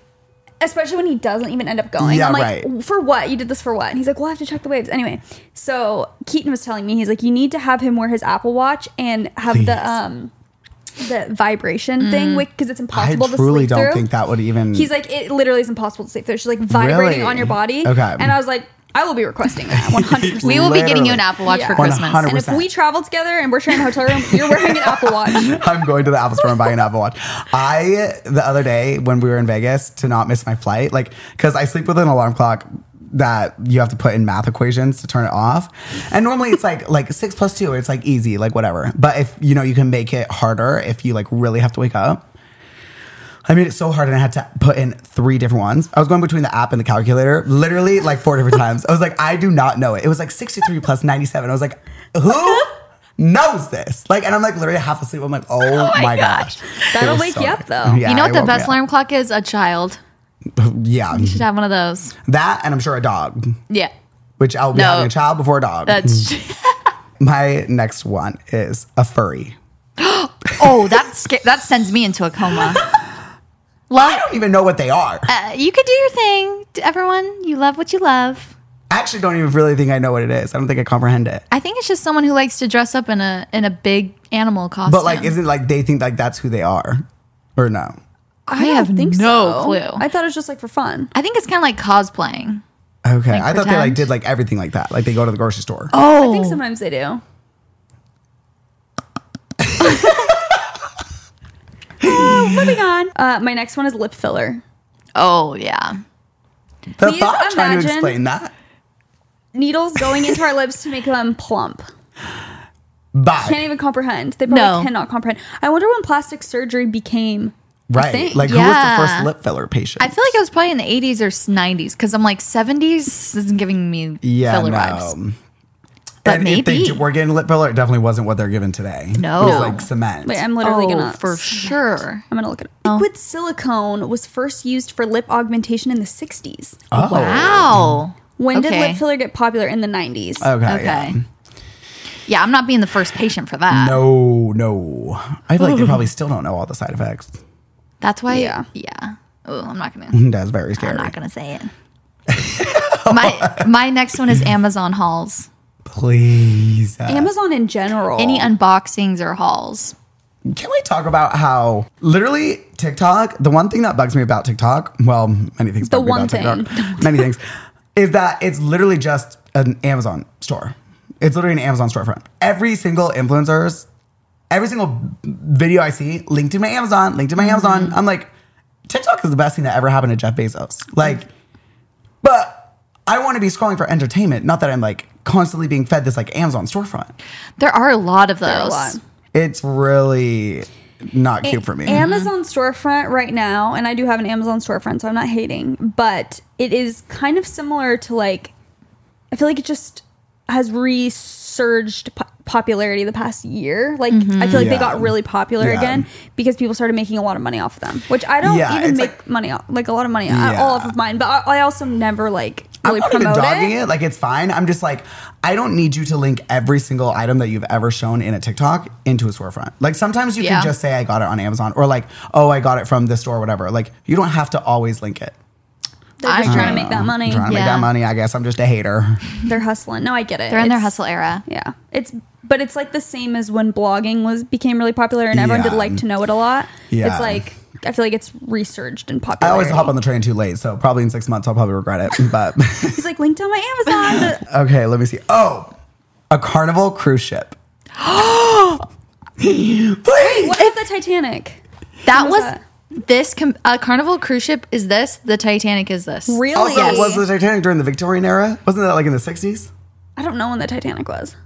especially when he doesn't even end up going.
Yeah,
I'm like,
right.
for what? You did this for what? And he's like, well, I have to check the waves anyway. So Keaton was telling me he's like, you need to have him wear his Apple Watch and have
Please.
the um the vibration thing because it's
I
impossible to
truly
sleep
don't
through.
think that would even
He's like, it literally is impossible to sleep through. She's like vibrating
Really?
on your body.
Okay.
And I was like, I will be requesting that 100. percent
We will be getting you an
Literally.
Apple Watch
Yeah.
for Christmas.
100%.
And if we travel together and we're sharing a hotel room, you're wearing an Apple Watch.
I'm going to the Apple store and buying an Apple Watch. I the other day when we were in Vegas to not miss my flight, like because I sleep with an alarm clock that you have to put in math equations to turn it off. And normally it's like like six plus two, it's like easy, like whatever. But if you know you can make it harder if you like really have to wake up. I made it so hard and I had to put in three different ones. I was going between the app and the calculator, literally like four different times. I was like, I do not know it. It was like 63 plus 97. I was like, who knows this? Like, and I'm like literally half asleep. I'm like, oh, my, gosh.
That'll
It was
wake
so
you
bad.
up though.
Yeah,
you know
it
what the
woke me
best
up.
alarm clock is? A child.
Yeah.
Should have one of those.
That and I'm sure a dog,
Yeah.
which I'll be
No.
having a child before a dog.
That's
my next one is a furry.
oh, that's sca- that sends me into a coma. Love
I don't even know what they are.
Uh, you could do your thing, t- everyone. You love what you love.
I actually don't even really think I know what it is. I don't think I comprehend it.
I think it's just someone who likes to dress up in a in a big animal costume.
But like, isn't it like they think like that's who they are, or no?
I,
have
don't think
no
so.
clue.
I thought it was just like for fun.
I think it's kind of like cosplaying.
Okay, I thought they like
pretend.
did like everything like that. Like they go to the grocery store. Oh,
Oh,
I think sometimes they do. oh, moving on. Uh, my next one is lip filler.
oh yeah.
the
please
thought trying to
imagine-
explain that.
Needles going into our lips to make them plump.
Bye.
Can't even comprehend. They probably
No.
cannot comprehend. I wonder when plastic surgery became.
right.
think,
Like
yeah.
who was the first lip filler patient?
I feel like I was probably in the eighties or nineties because I'm like seventies isn't giving me
yeah,
filler
no.
vibes. But
And if they
maybe.
do- we're getting lip filler. It definitely wasn't what they're given today.
No.
It was like cement.
Wait, I'm literally
Oh,
gonna
for Oh. sure.
I'm gonna look it up. Liquid silicone was first used for lip augmentation in the 60s.
oh,
Wow.
When did
Okay.
lip filler get popular in the 90s?
Okay.
Okay.
yeah.
Yeah. I'm not being the first patient for that.
No, no. I feel like they probably still don't know all the side effects.
That's why.
Yeah.
Yeah. Yeah. Oh, I'm not gonna.
That's very scary.
I'm not gonna say it. my my next one is Amazon hauls.
Please. uh,
Amazon in general.
Any unboxings or hauls?
Can we talk about how literally TikTok, the one thing that bugs me about TikTok, well, many things
The
bug me
one
about TikTok, many things, is that it's literally just an Amazon store. It's literally an Amazon storefront. Every single influencer's, every single video I see, linked to my Amazon, linked to my Amazon.
Mm-hmm.
I'm like, TikTok is the best thing that ever happened to Jeff Bezos. Like, but I want to be scrolling for entertainment, not that I'm like constantly being fed this like Amazon storefront.
There are a lot of
There are a
those.
lot.
It's really not cute for me.
Mm-hmm.
Amazon storefront right now, and I do have an Amazon storefront, so I'm not hating, but it is kind of similar to like, I feel like it just has resurged po- popularity the past year. Like, I feel like
Yeah.
they got really popular
Mm-hmm. Yeah.
again because people started making a lot of money off of them, which I don't
Yeah,
even
it's
make
like-
money off, like a lot of money
Yeah.
all off of mine, but I, I also never like
I'm
really
not even
promote
dogging
it.
it. Like it's fine. I'm just like, I don't need you to link every single item that you've ever shown in a TikTok into a storefront. Like sometimes you
Yeah.
can just say I got it on Amazon or like, oh, I got it from this store, or whatever. Like you don't have to always link it.
They're
I
just
don't
trying to
know.
make that money.
I'm trying to make
Yeah.
that money. I guess I'm just a hater.
They're hustling. No, I get it.
They're in their
It's-
hustle era.
Yeah, it's but it's like the same as when blogging was became really popular and everyone did
Yeah.
like to know it a lot.
Yeah.
it's like I feel like it's resurged in
I
popularity.
always hop on the train too late, so probably in six months I'll probably regret it. But
He's like linked on my Amazon. but-
okay, let me see. Oh, a Carnival cruise ship. Please.
what is the Titanic?
That
was
was
that?
this com- a Carnival cruise ship is this. The Titanic is this.
Really?
Also, was the Titanic during the Victorian era? Wasn't that like in the 60s?
I don't know when the Titanic was.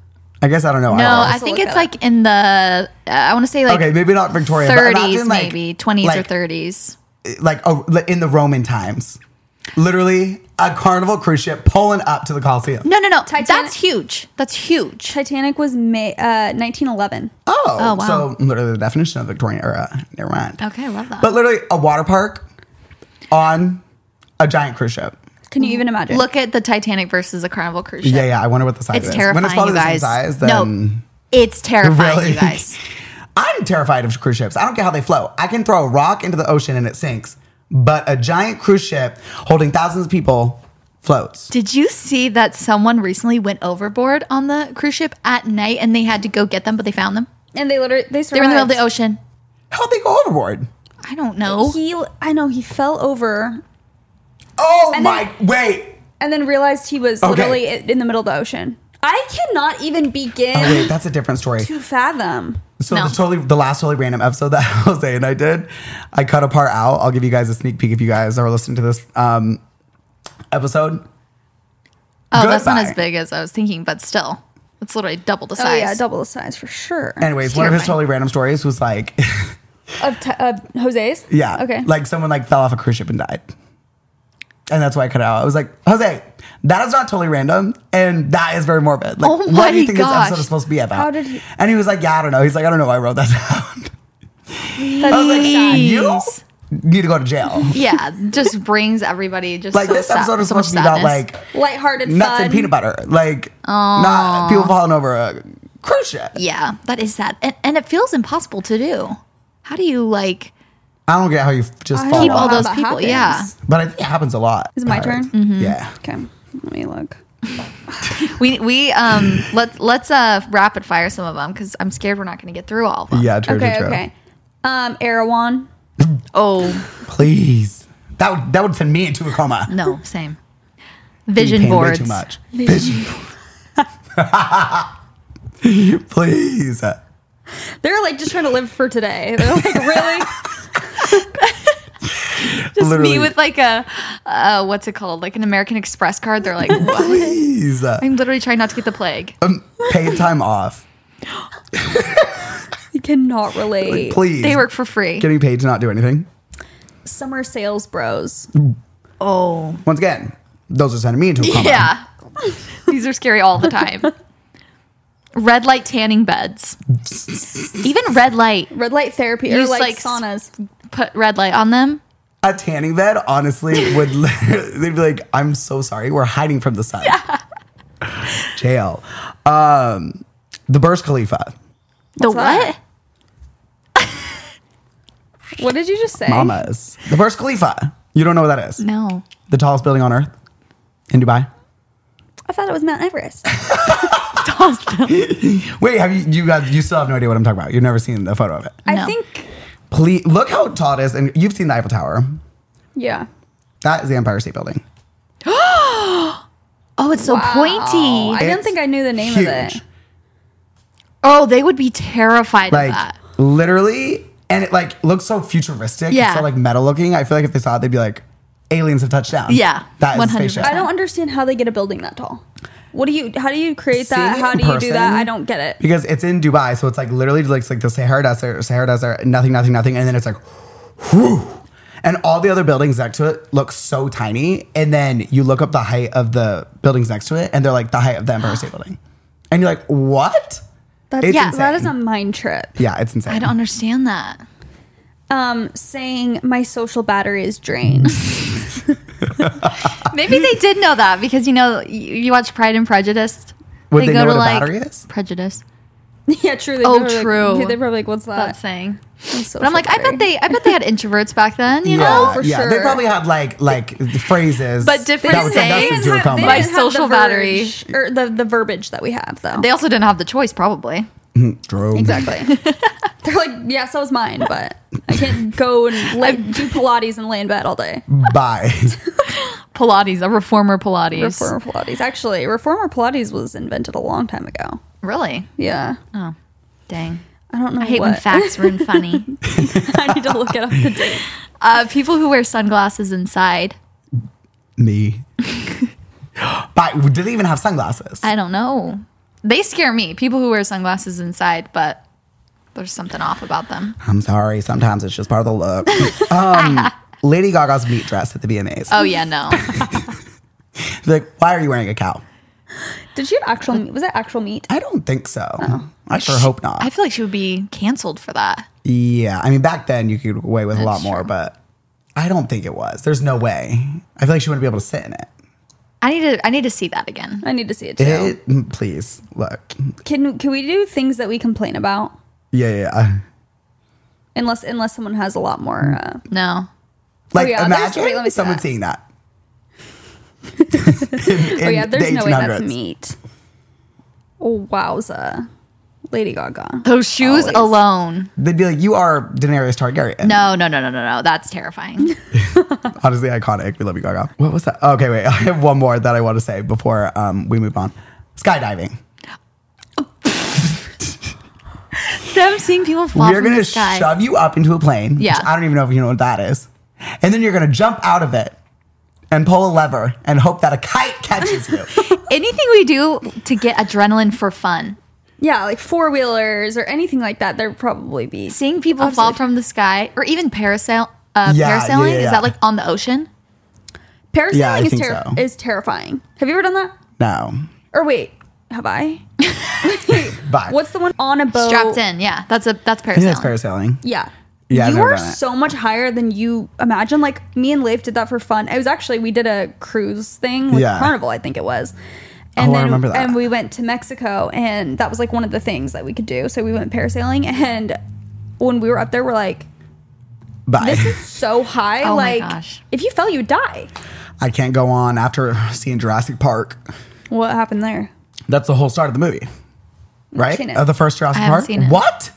I guess Oh, I don't know.
No,
don't-
I
also
think
look
it's
it
like in the uh, I want to say like
okay, maybe not Victorian, but
30s,
imagine, like,
maybe 20s or
like,
30s.
like a, like in the Roman times. Literally, a carnival cruise ship pulling up to the Coliseum.
No, no, no.
Titanic-
That's huge. That's huge.
Titanic was May uh, 1911.
Oh,
Oh, wow.
so literally the definition of Victorian era. Never mind.
Okay, I love that.
But literally, a water park on a giant cruise ship.
Can you even imagine?
Mm-hmm. Look at the Titanic versus a Carnival cruise ship.
Yeah, yeah. I wonder what the size
It's
is.
terrifying,
when it's probably
you
the same
guys.
size,
no,
then
it's terrifying,
Really?
you guys.
I'm terrified of cruise ships. I don't care how they float. I can throw a rock into the ocean and it sinks, but a giant cruise ship holding thousands of people floats.
Did you see that someone recently went overboard on the cruise ship at night and they had to go get them, but they found them?
and they literally they survived.
They were in the middle of the ocean.
How'd they go overboard?
I don't know.
He, I know, he fell over
Oh
And
my!
then-
wait,
and then realized he was
Okay.
literally i- in the middle of the ocean. I cannot even begin
Oh, wait, that's a different story.
to fathom.
So
No.
the totally the last totally random episode that Jose and I did, I cut a part out. I'll give you guys a sneak peek if you guys are listening to this um, episode.
Oh, that's not
Goodbye.
as big as I was thinking, but still, it's literally double the
Oh
size.
yeah, double the size for sure.
Anyways, one of his
Terrifying.
totally random stories was like,
Of t- uh, Jose's?
yeah,
Okay.
like someone like fell off a cruise ship and died, and that's why I cut it out. I was like, Jose, that is not totally random, and that is very morbid. Like,
Oh
what do
my
you think this
gosh.
episode is supposed to be about?
How did he-
And he was like, Yeah, I don't know. He's like, I don't know. Why I wrote that down.
that's
I was like,
Jeez.
You need to go to jail.
Yeah, just brings everybody just
Like
so
this
sad-
episode is
so much
supposed to be about
sadness.
like
lighthearted
nuts
fun.
and peanut butter. Like not people falling over a cruise ship.
yeah, that is sad, and, and it feels impossible to do. How do you like
I don't get how you f- just
I
fall
keep
don't
all
know
off.
those
how that
people?
happens.
Yeah, Mm.
But I think it happens a lot.
Is it my
Alright.
turn?
Mm-hmm.
Yeah.
Okay, let me look.
we we um let let's uh rapid fire some of them because I'm scared we're not going to get through all of them.
Yeah, true,
Okay,
true, true.
okay. Um, Erewhon.
Oh
Please. That would that would send me into a coma.
no, same.
You
Vision
pain way
boards.
too much. Vision boards. Please.
They're like just trying to live for today. They're like, really?
Just
Literally.
me with like a uh what's it called? Like an American Express card. They're like, what?
Please.
I'm literally trying not to get the plague.
Um, paid time off.
you cannot relate.
Please.
They work for free.
getting paid to not do anything.
Summer sales bros.
Oh
Once again, those are sending me into a coma.
yeah, these are scary all the time. red light tanning beds. Even red light.
Red light therapy or
Use,
like,
like, s-
saunas.
Put red light on them.
A tanning bed, honestly, would literally- they'd be like, "I'm so sorry, we're hiding from the sun." Jail. Um, the Burj Khalifa,
The
What's that?
what?
What did you just say?
mamas. The Burj Khalifa. You don't know what that is?
No.
The tallest building on Earth in Dubai.
I thought it was Mount Everest.
Wait, have you you got you still have no idea what I'm talking about? You've never seen the photo of it.
I
No.
think,
Please look how tall it is, and you've seen the Eiffel Tower.
yeah.
That is the Empire State Building.
Oh, it's so
Oh, I
pointy.
didn't
It's
think I knew the name
huge.
of it.
Oh, they would be terrified of
Like
that.
literally, and it like looks so futuristic.
Yeah.
It's so like metal looking. I feel like if they saw it, they'd be like, aliens have touched down.
Yeah,
That is a
100%.
spaceship.
I don't understand how they get a building that tall. What do you, how do you create that?
Seeing
How
it
do
in
you do that?
person-
I don't get it.
because it's in Dubai, so it's like literally looks like the Sahara Desert, Sahara Desert, nothing, nothing, nothing, and then it's like, whew. And all the other buildings next to it look so tiny, and then you look up the height of the buildings next to it, and they're like the height of the Empire State Building, and you're like, what?
That's,
It's
yeah, that
insane.
is a mind trip.
Yeah, it's insane.
I don't understand that.
Um, saying my social battery is drained.
Maybe they did know that because you know you, you watch Pride and Prejudice.
Would they know what a battery is?
Prejudice.
yeah, true. They
Oh,
were like-
true.
they're probably like, what's that?
That saying.
My social
But I'm like, I
battery.
bet they, I bet they had introverts back then. You know,
yeah,
for
yeah. They
sure.
probably had like like phrases,
Oh, But different
that were
sayings
conducted to
have-
accommodate.
My
didn't have the
social battery.
verge- or the the verbiage that we have though.
they also didn't have the choice, probably.
True.
exactly. They're like, yeah, so is mine, but I can't go and lay, do Pilates and lay in bed all day.
Bye.
Pilates, a reformer Pilates.
Reformer Pilates, actually, reformer Pilates was invented a long time ago.
Really?
Yeah,
Oh, dang.
I don't know.
I hate
what.
when facts run funny.
I need to look it up the date.
Uh, people who wear sunglasses inside.
Me. Bye. Did they even have sunglasses?
I don't know. They scare me. People who wear sunglasses inside, but there's something off about them.
I'm sorry. Sometimes it's just part of the look. um, Lady Gaga's meat dress at the VMAs.
Oh yeah, no.
like, why are you wearing a cow?
Did she have actual? meat? Was it actual meat?
I don't think so.
Oh.
I sure hope not.
I feel like she would be canceled for that.
yeah. I mean, back then you could get away with a lot more, but I don't think it was. There's no way. I feel like she wouldn't be able to sit in it.
I need to. I need to see that again.
I need to see it too.
it mm, please look.
Can can we do things that we complain about?
Yeah, yeah. yeah.
Unless unless someone has a lot more. Uh,
No.
Like,
Oh, yeah, there's-
imagine
wait, let me see
someone
that.
seeing that.
oh yeah, there's
the
no way that's
1800s.
meat. Oh wowza, Lady Gaga.
Those shoes
Always.
alone.
They'd be like, you are Daenerys Targaryen.
No, no, no, no, no, no. That's terrifying.
Honestly, iconic. We love you, Gaga. What was that? Okay, wait. I have one more that I want to say before um, we move on. Skydiving.
Them seeing people fall
We're
from
gonna
the sky.
shove you up into a plane.
Yeah.
Which I don't even know if you know what that is. And then you're gonna jump out of it and pull a lever and hope that a kite catches you.
Anything we do to get adrenaline for fun.
Yeah, like four wheelers or anything like that. There'd probably be.
Seeing people fall from the sky, or even parasail. Uh,
Yeah, yeah,
parasailing
yeah,
is
yeah.
that like on the ocean?
Parasailing
Yeah, I
is,
think
terri
so.
is terrifying. Have you ever done that?
no.
Or wait, have I?
Bye.
What's the one on a boat?
Strapped in. Yeah, that's a that's
I think that's parasailing.
parasailing.
Yeah.
Yeah, I've
you
never
are
done it.
so much higher than you imagine. Like me and Leif did that for fun. It was actually we did a cruise thing with
Yeah.
Carnival, I think it was. And
Oh, I
then
remember that.
and we went to Mexico and that was like one of the things that we could do. So we went parasailing and when we were up there we're like,
Bye.
this is so high.
Oh my
like
gosh.
if you fell you would die.
I can't go on after seeing Jurassic Park.
What happened there?
That's the whole start of the movie. Right?
seen it.
Of the first Jurassic
I haven't
Park?
seen it.
What?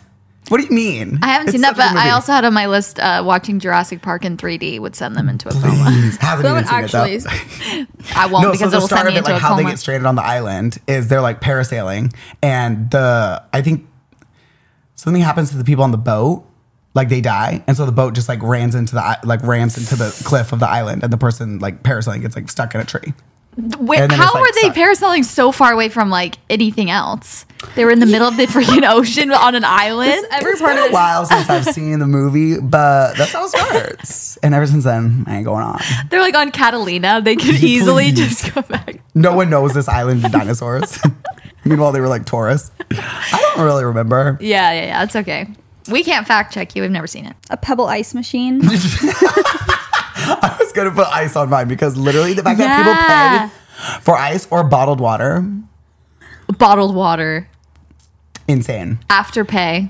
What do you mean?
I haven't
It's
seen
such
that,
a
but
good
I
movie.
also had on my list uh, watching Jurassic Park in 3D would send them into a coma.
Please, haven't
That
even
would
seen
actually
it though.
I won't
No, so
because
the
it'll
start
send
of
me
it,
into
like
a
how
coma.
they get stranded on the island, is they're like parasailing, and the I think something happens to the people on the boat, like they die, and so the boat just like rams into the i- like rams into the cliff of the island, and the person like parasailing gets like stuck in a tree.
Wait,
and then
how
it's, like,
were they
sucked.
parasailing so far away from like anything else? They were in the middle of the freaking ocean on an island.
Every
It's been
part of
a
this
while since I've seen the movie, but that's how it starts. and ever since then, I ain't going on.
They're like on Catalina. They could easily
Please.
just go back.
No one knows this island of dinosaurs. Meanwhile, they were like Taurus. I don't really remember.
Yeah, yeah, yeah. It's okay. We can't fact check you. We've never seen it.
A pebble ice machine.
I was gonna put ice on mine because literally the fact
Yeah.
that people pay for ice or bottled water,
Bottled water,
insane.
afterpay.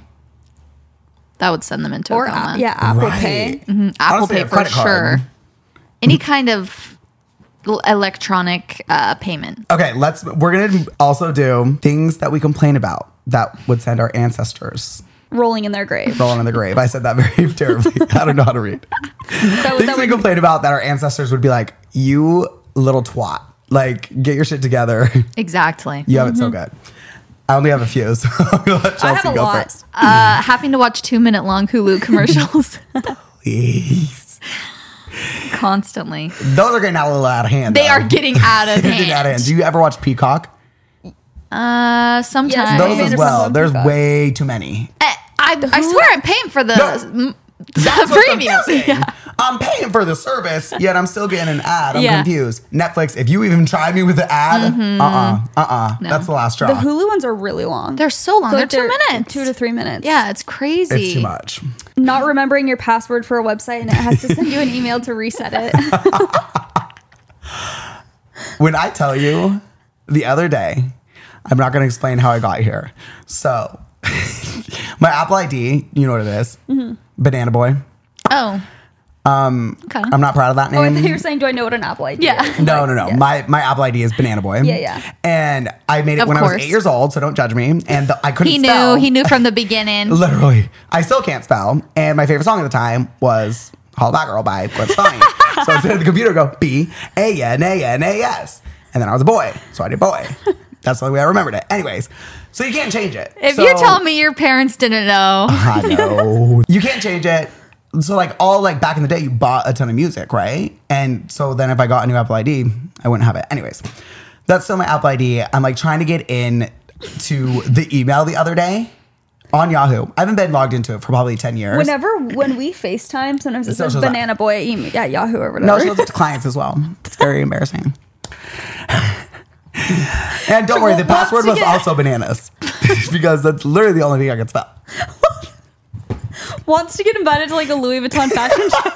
That would send them into
or
a coma. Mm,
app- yeah, Apple
Right.
Pay.
Apple
Honestly,
Pay
a
for
credit card.
sure. Any kind of l- electronic uh, payment.
Okay, let's. We're gonna also do things that we complain about that would send our ancestors
Rolling in their grave.
rolling in the grave. I said that very terribly. I don't know how to read.
That, would-
Things
that
we
would
complain about that our ancestors would be like, "You little twat! Like, get your shit together.
Exactly.
You have it so good." I only have a few, so I'm gonna let Chelsea
Mm-hmm. I have a
go
lot.
first.
Uh, having to watch two minute long Hulu commercials
Please.
constantly.
Those are getting out a little out of hand.
They
though.
are getting out of
They're getting out of
hand.
hand. Do you ever watch Peacock?
Uh, sometimes.
I
Those
made
as
a
well.
problem,
There's
Peacock.
way too many.
I, I, I swear I'm paying for the, m- the
That's what's
previews.
confusing. I'm paying for the service, yet I'm still getting an ad. I'm
Yeah.
confused. Netflix, if you even try me with an ad, uh uh-uh, uh, That's the last straw.
Mm-hmm. The Hulu ones are really long.
They're so long.
So
They're two minutes.
Two to three minutes.
Yeah, it's crazy.
it's too much.
Not remembering your password for a website and it has to send you an email to reset it.
When I tell you the other day, I'm not going to explain how I got here. So, my Apple ID, you know what it is?
Mm-hmm.
Banana Boy.
Oh. Um, okay.
I'm not proud of that name.
oh, I thought you were saying, do I know what an Apple ID
Um, Yeah.
is?
No, no, no. My my Apple ID is Banana Boy.
Yeah, yeah.
And I made it
Of
when I was
course.
eight years old, so don't judge me. And the, I couldn't.
he knew.
Spell.
He knew from the beginning.
Literally, I still can't spell. And my favorite song at the time was "Hall That Girl" by Gwen Stefani. so I said to the computer, "Go B A N A N A S," and then I was a boy, so I did boy. That's the only way I remembered it. Anyways, so you can't change it.
If
So-
you tell me your parents didn't know,
I know. you can't change it. So like all like back in the day, you bought a ton of music, right? And so then if I got a new Apple ID, I wouldn't have it. Anyways, that's still my Apple ID. I'm like trying to get in to the email the other day on Yahoo. I haven't been logged into it for probably ten years.
Whenever, when we FaceTime, sometimes it
So
says
she's like-
banana boy email at Yahoo or
No,
whatever.
she looks to clients as well. It's very embarrassing. and don't worry, the
Well,
password
once
was
you get-
also bananas because that's literally the only thing I could spell.
Wants to get invited to like a Louis Vuitton fashion show.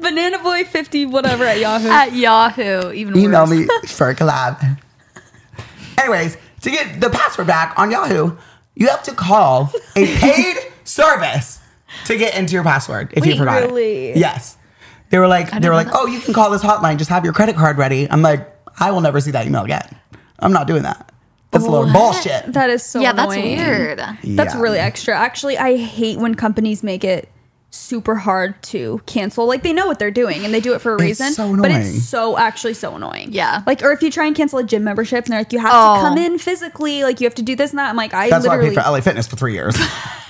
banana boy 50 whatever at Yahoo.
at Yahoo, even
email
worse.
me for a collab. Anyways, to get the password back on Yahoo, you have to call a paid service to get into your password if you
Wait,
forgot it.
really?
Yes. They were like, they were
know
like,
that.
oh, you can call this hotline. Just have your credit card ready. I'm like, I will never see that email again. I'm not doing that. That's a little bullshit.
that is so
yeah, that's
annoying.
weird.
That's
Yeah.
really extra. Actually, I hate when companies make it super hard to cancel. Like they know what they're doing and they do it for a reason.
so
But
annoying.
it's so actually so annoying.
Yeah.
Like or if you try and cancel a gym membership and they're like, you have
Oh.
to come in physically, like you have to do this and that. I'm like, I
That's why I
literally
paid for LA Fitness for three years.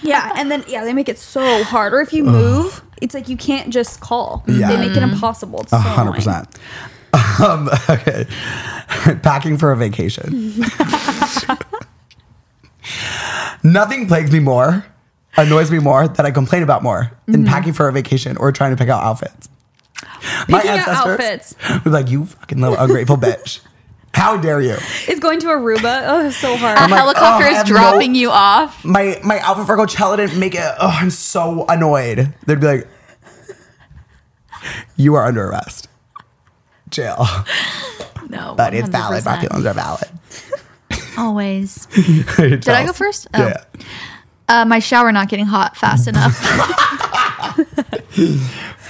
Yeah. And then yeah, they make it so hard. Or if you move, it's like you can't just call.
Yeah.
They make it impossible. It's so
hundred
annoying.
percent. Um, okay, packing for a vacation. Nothing plagues me more, annoys me more, that I complain about more
Mm-hmm.
than packing for a vacation or trying to pick out outfits.
Picking out outfits.
were like, "You fucking little ungrateful bitch! How dare you!"
It's going to Aruba. Oh, it's so hard.
A
like,
helicopter
oh, I
is
have no-
dropping you off.
My my outfit for Coachella didn't make it. Oh, I'm so annoyed. They'd be like, "You are under arrest, jail."
No,
But it's valid.
100%.
Documents are valid.
Always.
Did
I go first? Oh.
Yeah.
Uh, my shower not getting hot fast enough.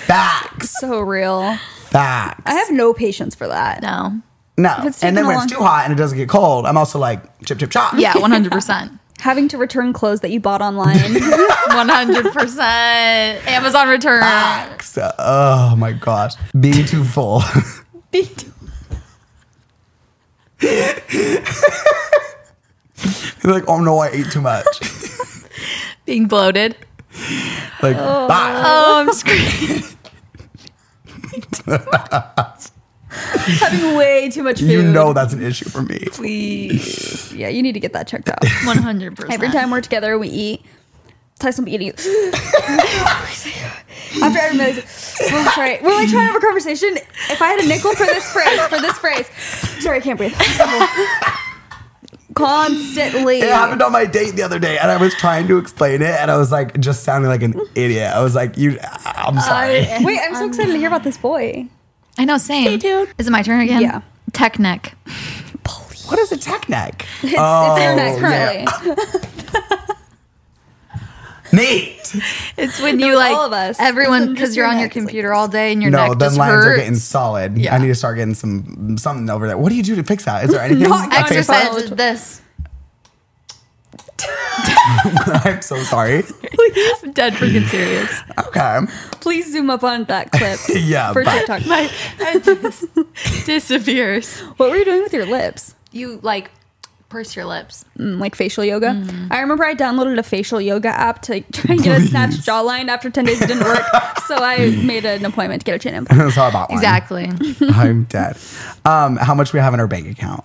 Facts.
so real.
Facts.
I have no patience for that.
no.
no.
it's
And then when
taking a
it's
long-
too hot and it doesn't get cold, I'm also like chip chip chop.
Yeah, one hundred percent.
Having to return clothes that you bought online.
One hundred percent. Amazon return.
Facts. Oh my gosh. Being too full. You're like, oh no, I ate too much.
Being bloated.
like, bye.
Oh, I'm screaming.
having way too much food.
You know that's an issue for me.
Please. Yeah, you need to get that checked out.
One hundred percent.
Every time we're together, we eat. Tyson will be eating. After I remember, oh, sorry. We're like trying to have a conversation. If I had a nickel for this phrase, for this phrase, sorry, I can't breathe. constantly.
It happened on my date the other day, and I was trying to explain it, and I was like, just sounding like an idiot. I was like, "You, I'm sorry."
I-
Wait, I'm so excited to hear about this boy.
I know, same.
Hey, dude.
Is it my turn again?
Yeah.
Tech neck.
what is a tech neck?
It's,
Oh,
it's internet currently.
Neat.
It's when
It
you
was
like
all of us.
everyone
It's
because you're
your
on
neck
your
is like
computer
this.
all day and your
no,
neck
then
just
lines are
hurts.
getting solid.
Yeah.
I need to start getting some something over there. What do you do to fix that? Is there anything?
Not
I can
exercise.
Exercise is this.
find? I'm so sorry.
I'm dead freaking serious.
Okay.
Please zoom up on that clip.
Yeah,
For
but-
TikTok.
My head just disappears.
What were you doing with your lips?
You like purse your lips.
Mm, like facial yoga.
Mm.
I remember I downloaded a facial yoga app to like, try and get a snatched
Please.
jawline. After ten days, it didn't work, so I made an appointment to get a chin implant.
That's all about one.
Exactly.
I'm dead. Um, how much we have in our bank account?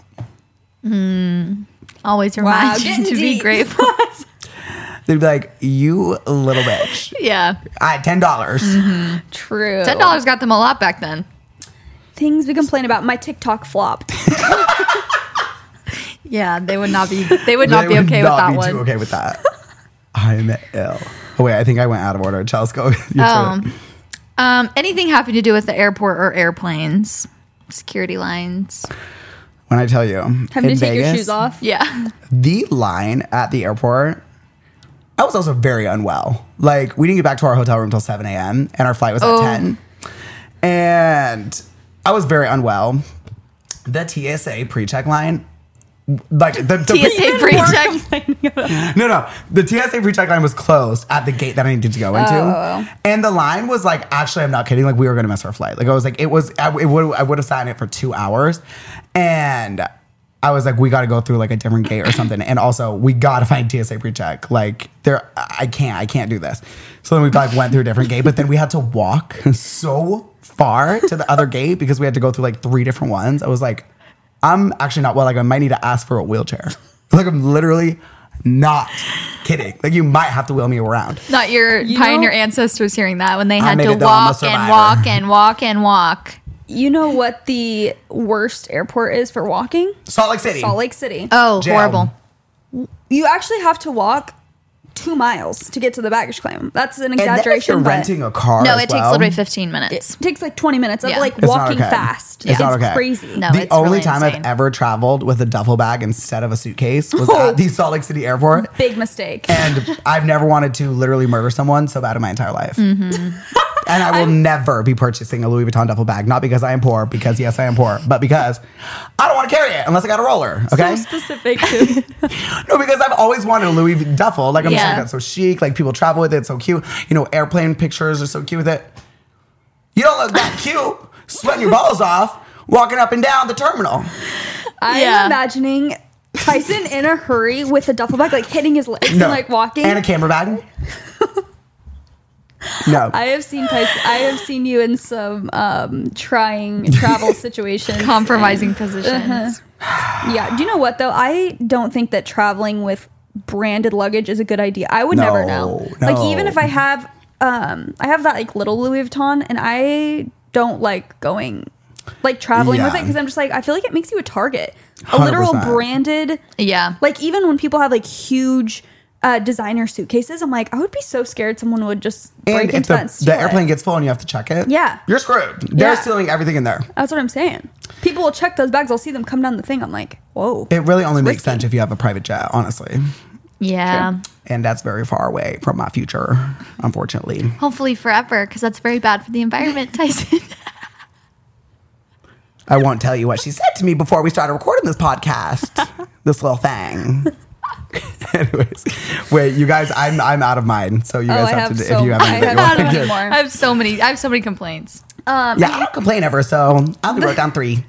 Always remind
getting
you to be
deep.
grateful.
They'd be like, "You little bitch."
yeah.
I ten dollars.
True.
Ten dollars got them a lot back then.
Things we complain about. My TikTok flopped.
Yeah, they would not be they would not be okay with that one.
Too okay with that. I'm ill. Oh wait, I think I went out of order. Chelsea, go. Your turn.
Um, um, anything having to do with the airport or airplanes, security lines.
When I tell you,
Having
in
to take your
Vegas,
shoes off.
Yeah.
the line at the airport. I was also very unwell. Like we didn't get back to our hotel room till seven a.m. and our flight was at
Oh.
ten, and I was very unwell. The TSA pre-check line, like the, the
TSA pre check.
No, no. The TSA pre-check line was closed at the gate that I needed to go into, and the line was like, actually, I'm not kidding. Like, we were gonna miss our flight. Like, I was like, it was. I it would. I would have sat in it for two hours, and I was like, we got to go through like a different gate or something. And also, we got to find TSA pre-check. Like, there, I can't. I can't do this. So then we like went through a different gate, but then we had to walk so far to the other gate because we had to go through like three different ones. I was like. I'm actually not well. Like I might need to ask for a wheelchair. Like I'm literally not kidding. Like you might have to wheel me around.
Not your
You
pioneer
know-
ancestors hearing that when they
I
had
made
to
it though, I'm a
walk and
survivor.
walk and walk and walk.
You know what the worst airport is for walking?
Salt Lake City.
Salt Lake City.
Oh,
Jail.
horrible.
you actually have to walk two miles to get to the baggage claim. That's an
And then if
exaggeration.
you're
but
renting a car.
No,
as
it takes
well,
literally 15
it
minutes.
takes like 20 minutes of
Yeah.
like
It's
not
walking
okay.
fast.
It's not okay.
crazy.
No.
the
it's
only
really
time
insane.
I've ever traveled with a duffel bag instead of a suitcase was
Oh.
at the Salt Lake City airport.
Big mistake.
And I've never wanted to literally murder someone so bad in my entire life.
Mm-hmm.
and I will never be purchasing a Louis Vuitton duffel bag. Not because I am poor, because yes, I am poor, but because I don't want to carry it unless I got a roller. Okay.
specific too.
No, because I've always wanted a Louis V- duffel. Like I'm just like
Yeah.
that's so chic. Like people travel with it, it's so cute. You know, airplane pictures are so cute with it. You don't look that cute, sweating your balls off, walking up and down the terminal.
I'm
Yeah.
imagining Tyson in a hurry with a duffel bag, like hitting his legs
No,
and like walking.
and a camera bag. No,
I have seen Tyson. I have seen you in some um, trying travel situations. Uh-huh.
Compromising positions.
Yeah. Do you know what though? I don't think that traveling with branded luggage is a good idea. I would never know.
No,
Like
no.
even if I have um I have that like little Louis Vuitton and I don't like going like traveling with
Yeah.
it because I'm just like I feel like it makes you a target. A literal
100%.
branded
Yeah.
like even when people have like huge uh, designer suitcases, I'm like, I would be so scared someone would just break
and if
into that and
the,
steal
the
it.
airplane gets full and you have to check it,
Yeah.
you're screwed. They're
Yeah.
stealing everything in there.
That's what I'm saying. People will check those bags. I'll see them come down the thing. I'm like, whoa.
It really only
It's
makes
risky.
sense if you have a private jet, honestly.
Yeah.
And that's very far away from my future, unfortunately.
Hopefully forever, because that's very bad for the environment, Tyson.
I won't tell you what she said to me before we started recording this podcast. this little thing. Anyways, wait, you guys, I'm I'm out of mine. So you
Oh,
guys have,
I have
to do
so-
if you have
I
anything
have
you want
so
to
many
give.
more.
I have so many I have so many complaints.
Yeah, I don't complain ever, so I'll be working on three.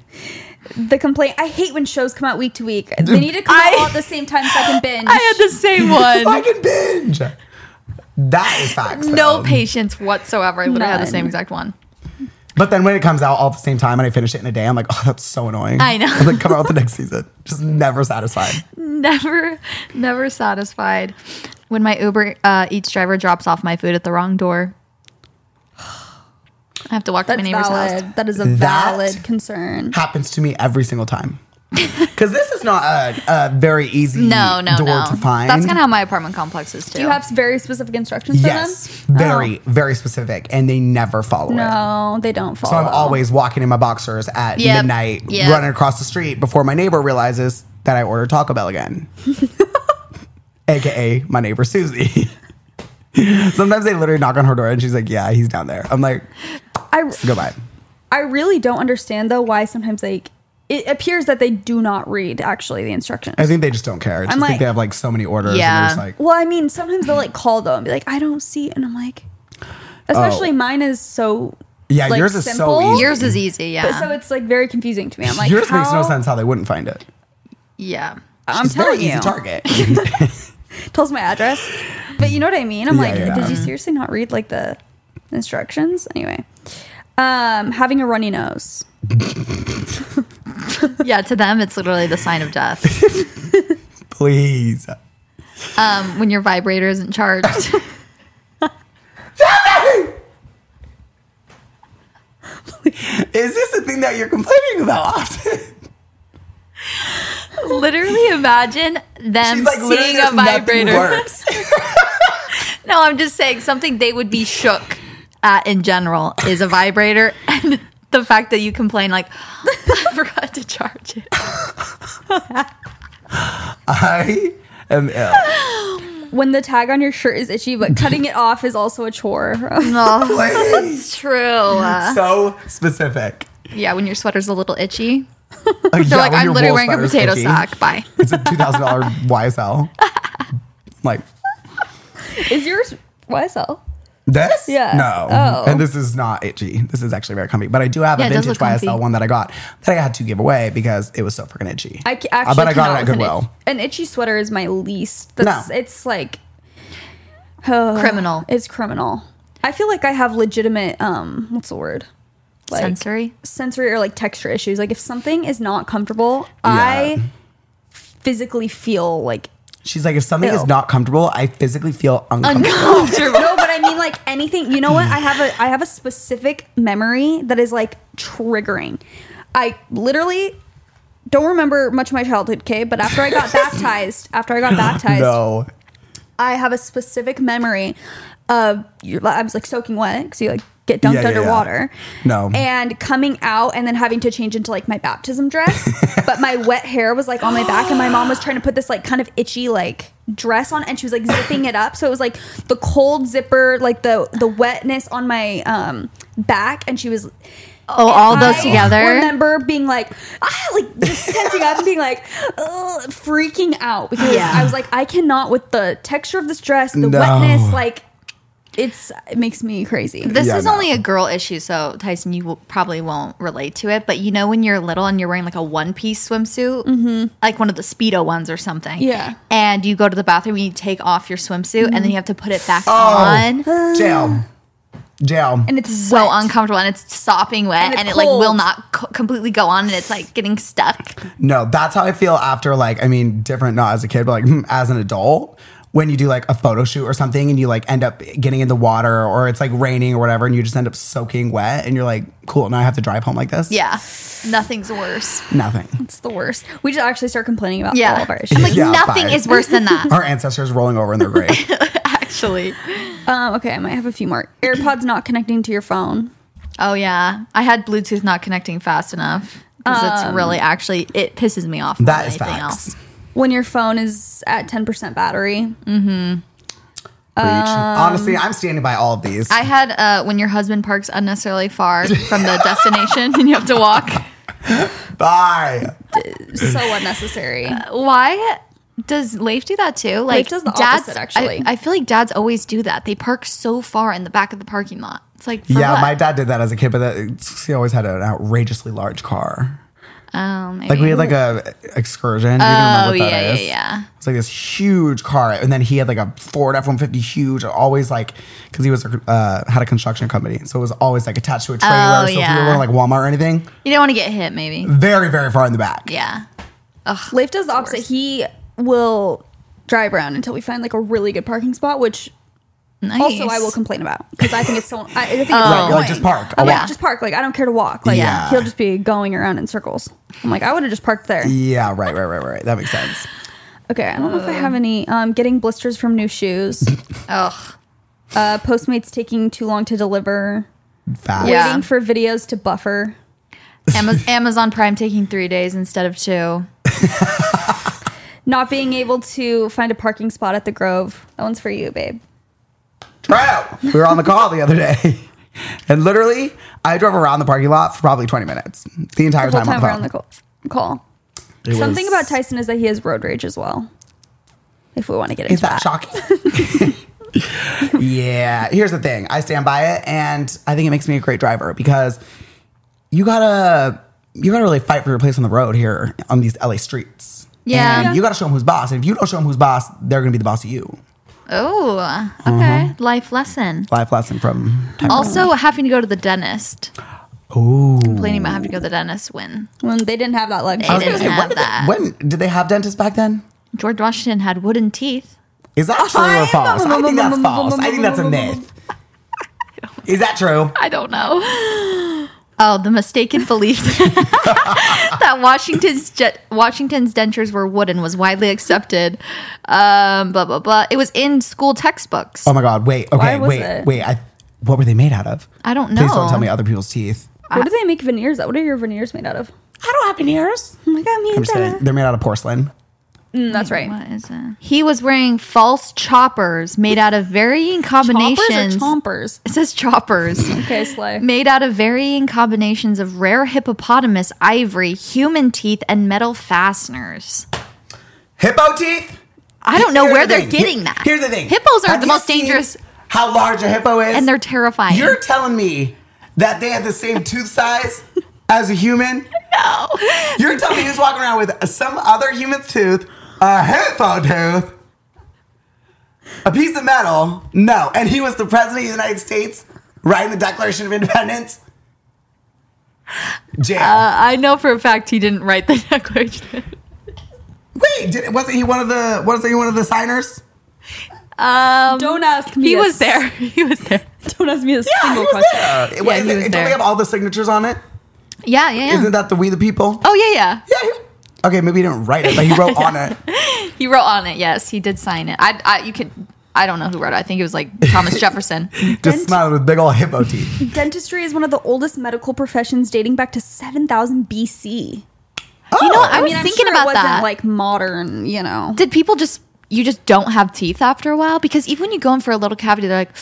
the complaint. I hate when shows come out week to week. They need to come
I-
out all at the same time so I can binge.
I had the same one.
Oh, I can binge. That is facts.
no
though.
patience whatsoever. I literally had
None.
the same exact one.
But then when it comes out all at the same time and I finish it in a day, I'm like, oh, that's so annoying.
I know.
I'm like, come out with the next season. Just never satisfied.
Never, never satisfied. When my Uber uh, Eats driver drops off my food at the wrong door, I have to walk to
That's
my neighbor's
valid.
house.
That is a
That-
valid concern.
Happens to me every single time. Because this is not a, a very easy
No, no,
door
no.
to find.
That's kind of how my apartment complex is too.
Do you have very specific instructions for
yes,
them? Oh.
very very specific, and they never follow it.
No, they don't follow.
So I'm always walking in my boxers at
Yep.
midnight,
Yep.
running across the street before my neighbor realizes that I ordered Taco Bell again. AKA my neighbor Susie. Sometimes they literally knock on her door and she's like, Yeah, he's down there. I'm like,
I,
Goodbye.
I really don't understand though why sometimes like it appears that they do not read actually the instructions.
I think they just don't care. I just
like-
think they have like so many orders.
Yeah.
And they're just like,
well, I mean, sometimes they'll like call though and be like, I don't see, it," and I'm like, especially mine is so
Oh. Yeah,
like,
yours is so
simple,
easy.
Yours is easy,
but
yeah.
so it's like very confusing to me. I'm like,
Yours makes no
how-
sense how they wouldn't find it.
yeah.
I'm
She's
telling
very
you,
easy target.
tells my address, but you know what I mean. I'm
Yeah,
like,
yeah.
did you seriously not read like the instructions? Anyway, um, having a runny nose.
Yeah, to them it's literally the sign of death.
Please.
Um, when your vibrator isn't charged.
Is this the thing that you're complaining about often?
literally imagine them
She's like, literally,
seeing a
there's nothing
vibrator.
worse.
No, I'm just saying something they would be shook at in general is a vibrator and the fact that you complain like I forgot to charge it.
I am ill.
When the tag on your shirt is itchy, but cutting it off is also a chore.
No,
Please.
it's Oh, true. Uh,
so specific.
yeah, when your sweater's a little itchy.
Like,
They're like, I'm literally wearing a potato sack. Bye.
It's a two thousand dollar YSL. like
Is yours YSL?
this?
Yeah.
No.
Oh.
And this is not itchy. This is actually very comfy. But I do have
Yeah,
a
it does
vintage
look comfy.
YSL one that I got that I had to give away because it was so freaking itchy.
I c- actually.
but I got it at
cannot with an itch-
Goodwill.
An, itchy sweater is my least. That's,
No.
it's like oh,
Criminal.
It's criminal. I feel like I have legitimate. Um, what's the word? Like,
Sensory.
sensory or like texture issues. Like if something is not comfortable,
Yeah.
I physically feel like
She's like, if something
Ew.
is not comfortable, I physically feel uncomfortable.
Uncomfortable.
no, but I mean like anything. You know what? I have a I have a specific memory that is like triggering. I literally don't remember much of my childhood, okay? But after I got baptized, after I got baptized,
no.
I have a specific memory of you- I was like soaking wet because you like get dunked
Yeah, yeah, yeah.
underwater.
No.
And coming out and then having to change into like my baptism dress. but my wet hair was like on my back and my mom was trying to put this like kind of itchy like dress on and she was like zipping it up. So it was like the cold zipper, like the the wetness on my um back and she was
Oh, all those
I
together.
remember being like, ah, like just tensing up and being like, ugh, freaking out because
Yeah.
I was like, I cannot with the texture of this dress, the
No.
wetness, like it's it makes me crazy.
This
Yeah,
is
no.
only a girl issue, so Tyson, you will, probably won't relate to it. But you know, when you're little and you're wearing like a one piece swimsuit, like one of the Speedo ones or something,
Mm-hmm. Yeah. Mm-hmm.
and you go to the bathroom and you take off your swimsuit and then you have to put it back
Oh.
on.
Jail. Jail.
and it's
So
wet.
uncomfortable, and it's sopping wet,
And
and,
it's
it like will
cold.
not co- completely go on, and it's like getting stuck.
No, that's how I feel after like I mean, different not as a kid, but like hmm, as an adult. When you do like a photo shoot or something and you like end up getting in the water or it's like raining or whatever and you just end up soaking wet and you're like, cool, now I have to drive home like this?
Yeah, nothing's worse.
Nothing.
It's the worst. We just actually start complaining about all
Yeah,
of our
I'm
issues.
like
Yeah,
nothing
bye.
is worse than that.
Our ancestors rolling over in their grave.
Actually,
um, okay, I might have a few more. AirPods not connecting to your phone.
oh yeah, I had Bluetooth not connecting fast enough because it's really actually it pisses me off. more
that
than
is
anything
facts.
else.
When your phone is at ten percent battery.
Mm.
Preach. Honestly, I'm standing by all of these.
Um, I had uh, when your husband parks unnecessarily far from the destination and you have to walk.
Bye.
So unnecessary.
Uh, Why does Leif do that too? Like
does the
dads,
opposite, actually.
I, I feel like dads always do that. They park so far in the back of the parking lot. It's like for
Yeah,
what?
my dad did that as a kid, but that, he always had an outrageously large car.
Oh, maybe.
Like we had like a excursion. Do you even
Oh,
remember what that
yeah, yeah,
is?
yeah.
It's like this huge car, and then he had like a Ford F one fifty huge. Always like because he was uh, had a construction company, so it was always like attached to a trailer.
Oh,
so if you
yeah.
were going to like Walmart or anything,
you don't want to get hit, maybe.
very very far in the back.
Yeah.
Leif does the opposite. He will drive around until we find like a really good parking spot, which
Nice.
Also, I will complain about because I think it's so. I, I think it's
Oh. Right,
annoying.
you're like, just park, I'll
I'm like,
walk.
just park. Like I don't care to walk. Like
Yeah.
he'll just be going around in circles. I'm like I would have just parked there.
Yeah, right, right, right, right. That makes sense.
Okay, I don't know if I have any. Um, getting blisters from new shoes.
Ugh.
uh, Postmates taking too long to deliver.
Fast.
Yeah.
Waiting for videos to buffer.
Ama- Amazon Prime taking three days instead of two.
Not being able to find a parking spot at the Grove. That one's for you, babe.
True. We were on the call the other day. And literally, I drove around the parking lot for probably 20 minutes. The entire
The whole
time,
time we're on
on
the
the phone.
call. call.
It
Something
was-
about Tyson is that he has road rage as well. If we want to get into
Is that shocking? yeah. Here's the thing. I stand by it and I think it makes me a great driver because you gotta you gotta really fight for your place on the road here on these LA streets.
Yeah.
And you gotta show them who's boss. And if you don't show them who's boss, they're gonna be the boss of you.
Oh, okay.
Mm-hmm.
Life lesson.
Life lesson from Tyler.
Also, having to go to the dentist.
Ooh.
Complaining about having to go to the dentist when
When they didn't have that luxury.
I
I
was
was gonna say,
didn't
when
have
did,
that.
they, when did they have dentists back then?
George Washington had wooden teeth.
Is that true or false? I think that's false. I think that's a myth. Is that true?
I don't know. Oh, the mistaken belief that Washington's jet, Washington's dentures were wooden was widely accepted. Um, blah blah blah. It was in school textbooks.
Oh my god! Wait. Okay.
was
Wait.
it?
Wait. I, what were they made out of?
I don't
Please
know.
don't tell me other people's teeth.
What do they make veneers out? What are your veneers made out of?
I don't have veneers.
Oh my god, me Mm,
I'm just kidding. They're made out of porcelain.
That's right.
What is it? He was wearing false choppers made out of varying combinations.
Chompers or chompers?
it says choppers.
Okay, Slay.
Made out of varying combinations of rare hippopotamus ivory, human teeth, and metal fasteners.
Hippo teeth.
I don't know
Here's
where
the
they're
thing.
getting that.
Here's the thing.
Hippos are
Have
the
you
most
seen
dangerous,
How large a hippo is?
and they're terrifying.
You're telling me that they have the same tooth size as a human?
no.
You're telling me he's walking around with some other human's tooth, a hippo tooth, a piece of metal? No. And he was the president of the United States, writing the Declaration of Independence. Jail.
I know for a fact he didn't write the declaration.
Wait, did, wasn't he one of the? Wasn't he one of the signers?
Don't ask me.
He
a
was there. He was there.
s- Don't ask me a single
he was
question.
there. It- what
Yeah,
is
he
it-
was
don't
there.
they have all the signatures on it?
Yeah, yeah, yeah.
not that the We the People?
oh, yeah,
Yeah. he- Okay, maybe he didn't write it, but he wrote on it.
yeah. He wrote on it. Yes, he did sign it. I, I, you can. I don't know who wrote it. I think it was like Thomas Jefferson.
Oh, Just smiled with big old hippo teeth.
Dentistry is one of the oldest medical professions dating back to 7000 BC.
Oh,
You know, I, was
I'm
thinking
sure it
about
wasn't
that.
like modern, you know.
did people just you just don't have teeth after a while? Because even when you go in for a little cavity, they're like,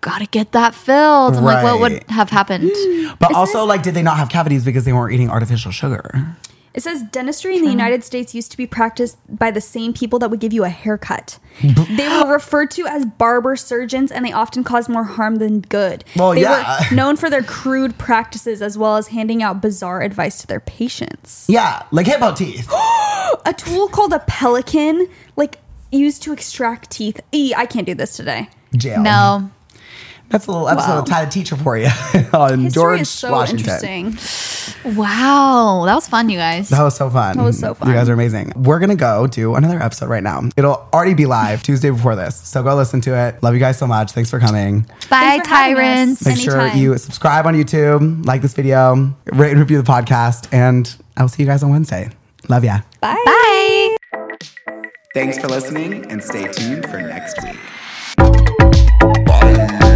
gotta get that filled. I'm like, what would
Right.
have happened?
but also, like, did they not have cavities because they weren't eating artificial sugar?
It says dentistry in the United States used to be practiced by the same people that would give you a haircut. they were referred to as barber surgeons and they often caused more harm than good.
Well,
they
yeah.
were known for their crude practices as well as handing out bizarre advice to their patients.
Yeah, like hippo teeth.
A tool called a pelican, like used to extract teeth. E, I can't do this today.
Jail.
No.
That's a little episode
Wow.
of Tyler Teacher for you on
History
George
is so
Washington.
interesting.
Wow, that was fun, you guys.
That was so fun. That
was so fun.
You guys are amazing. We're gonna go do another episode right now. It'll already be live Tuesday before this, so go listen to it. Love you guys so much. Thanks for coming.
Bye,
Thanks for having us.
tyrants.
Make sure
Anytime.
you subscribe on YouTube, like this video, rate and review the podcast, and I'll see you guys on Wednesday. Love ya.
Bye.
Bye.
Thanks for listening and stay tuned for next week.
Bye.